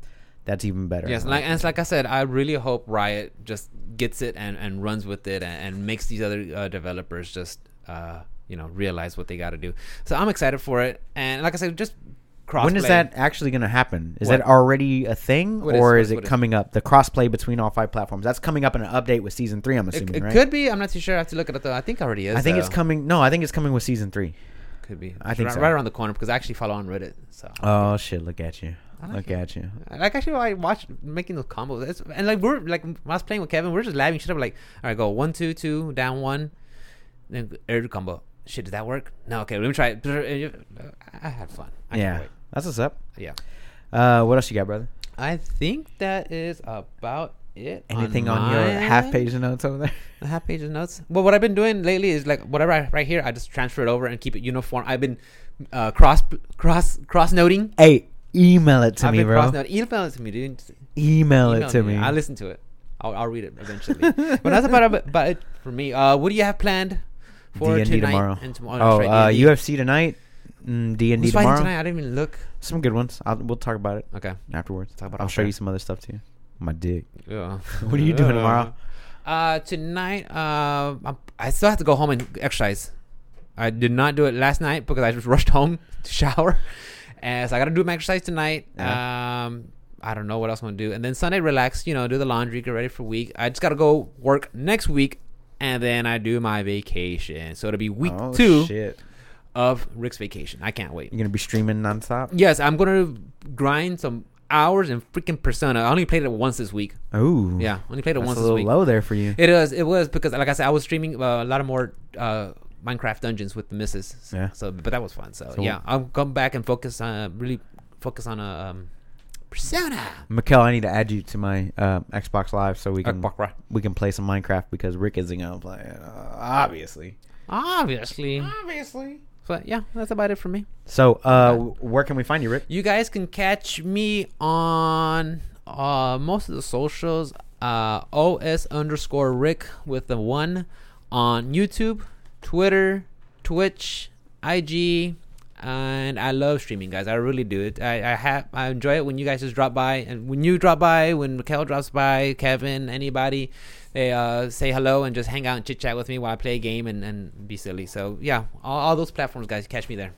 that's even better.
Yes, and like, and it's like I said, I really hope Riot just gets it and, and runs with it and, and makes these other uh, developers just uh, you know realize what they got to do. So I'm excited for it, and like I said, just cross.
When is that actually going to happen? Is that
What?
already a thing,
What is-
or
what-
is, it
what is-
coming up? The crossplay between all five platforms. That's coming up in an update with season three. I'm
It,
assuming,
it
right?
could be. I'm not too sure. I have to look it up. Though I think already is.
I think it's
though.
coming. No, I think it's coming with season three.
Could be.
I think
right,
so.
right around the corner because I actually follow on Reddit. So
Oh shit! Look at you!
I like
Look
it.
at you!
Like actually, I watched making those combos, it's, and like we're like when I was playing with Kevin, we're just laughing shit up. Like, all right, go one, two, two, down one, then air combo. Shit, did that work? No, okay, let me try it. I had fun. I can't
yeah,
wait.
that's what's up.
yeah.
Uh, what else you got, brother?
I think that is about it.
Anything on, your
my
half
end.
page notes over there?
The half page of notes. Well, what I've been doing lately is like whatever I right here, I just transfer it over and keep it uniform. I've been uh, cross cross cross noting.
Hey, email it to
I've
me,
been
bro.
cross-noting. Email it to me, dude.
Email it
Email
to me.
I listen to it. I'll, I'll read it eventually. but that's about it, about it for me. Uh, what do you have planned for
D&D
tonight
tomorrow.
and tomorrow?
Oh,
that's
uh,
right, D&D.
UFC tonight. Mm, D and D
Who's fighting
tomorrow.
tonight? I didn't even look.
Some good ones. I'll, we'll talk about it
Okay.
afterwards.
Talk about it
I'll show
after.
you some other stuff too. My dick.
Yeah.
What are you doing tomorrow?
Uh, tonight, uh, I'm, I still have to go home and exercise. I did not do it last night because I just rushed home to shower, and so I got to do my exercise tonight.
Uh-huh.
Um, I don't know what else I'm gonna do, and then Sunday relax. You know, do the laundry, get ready for week. I just got to go work next week, and then I do my vacation. So it'll be week
Oh,
two
Shit.
of Rick's vacation. I can't wait.
You're gonna be streaming nonstop.
Yes, I'm gonna grind some hours in freaking Persona. I only played it once this week.
Oh,
Yeah, only played it
That's
once
a
this
little
week.
low there for you.
It was. It was because, like I said, I was streaming uh, a lot of more uh, Minecraft dungeons with the missus. So,
Yeah.
So, but that was fun. So,
So-
yeah, I'll come back and focus on really focus on a um, persona.
Mikkel, I need to add you to my uh, Xbox Live so we can
Xbox Live.
we can play some Minecraft because Rick isn't gonna play it. Uh, obviously,
Obviously.
obviously.
But yeah, that's about it for me.
So, uh, where can we find you, Rick?
You guys can catch me on uh, most of the socials. Uh, OS underscore Rick with the one on YouTube, Twitter, Twitch, IG, and I love streaming, guys. I really do it. I, I have I enjoy it when you guys just drop by, and when you drop by, when Raquel drops by, Kevin, anybody, they uh, say hello and just hang out and chit chat with me while I play a game and, and be silly. So yeah, all, all those platforms, guys, catch me there.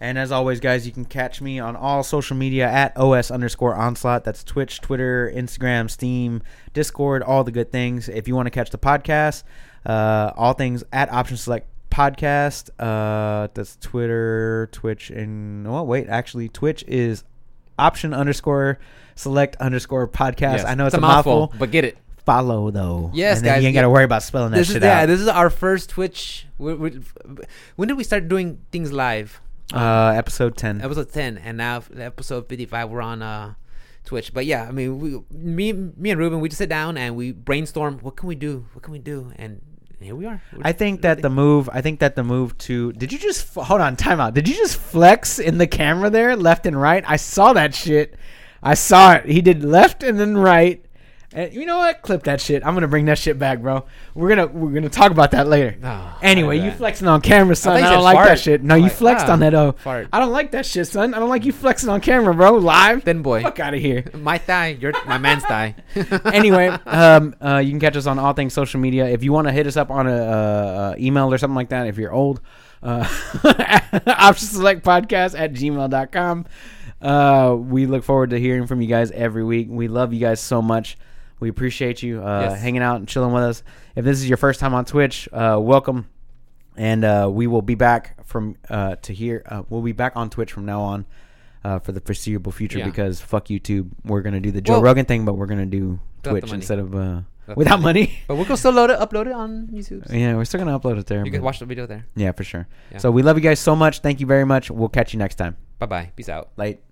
And as always, guys, you can catch me on all social media at OS underscore onslaught. That's Twitch, Twitter, Instagram, Steam, Discord, all the good things. If you want to catch the podcast, uh, all things at Option Select Podcast. Uh, that's Twitter, Twitch, and oh wait, actually, Twitch is Option underscore Select underscore Podcast.
Yes.
I know it's, a, mouthful.
but get it.
Follow though.
Yes,
and then
guys,
You ain't got to
yeah.
worry about spelling that
this
shit
is
out.
yeah. This is our first Twitch. we we when did we start doing things live?
uh, episode ten.
Episode ten, and now f- episode fifty-five. We're on uh, Twitch, but yeah, I mean, we, me, me and Ruben, we just sit down and we brainstorm. What can we do? What can we do? And here we are. We're
I
just
think that the move. I think that the move to. Did you just f- hold on? Time out. Did you just flex in the camera there, left and right? I saw that shit. I saw it. He did left and then right. And you know what? Clip that shit. I'm gonna bring that shit back, bro. We're gonna we're gonna talk about that later.
Oh,
anyway,
I
you
bet.
flexing on camera, son.
thought you
I,
said
don't like
fart.
that shit. No,
I'm
you
like,
flexed
ah,
on that. Oh,
fart.
I don't like that shit, son. I don't like you flexing on camera, bro. Live.
Thin boy.
Fuck out of here
my thigh, your my man's thigh.
anyway, um, uh, you can catch us on all things social media. If you want to hit us up on a, uh, uh email or something like that, if you're old, uh, option select podcast at gmail.com. Uh, we look forward to hearing from you guys every week. We love you guys so much. We appreciate you uh,
Yes.
hanging out and chilling with us. If this is your first time on Twitch, uh, welcome. And uh, we will be back from uh, to here. Uh, we'll be back on Twitch from now on uh, for the foreseeable future
Yeah.
because fuck YouTube. We're gonna do the Joe
Well-
Rogan thing, but we're gonna do
the
Twitch
money.
instead of uh,
the
without money.
but we can still load it, upload it on YouTube.
yeah, we're still gonna upload it there.
You
but-
can watch the video there.
yeah, for sure.
Yeah.
So we love you guys so much. Thank you very much. We'll catch you next time.
Bye bye. Peace out.
Late.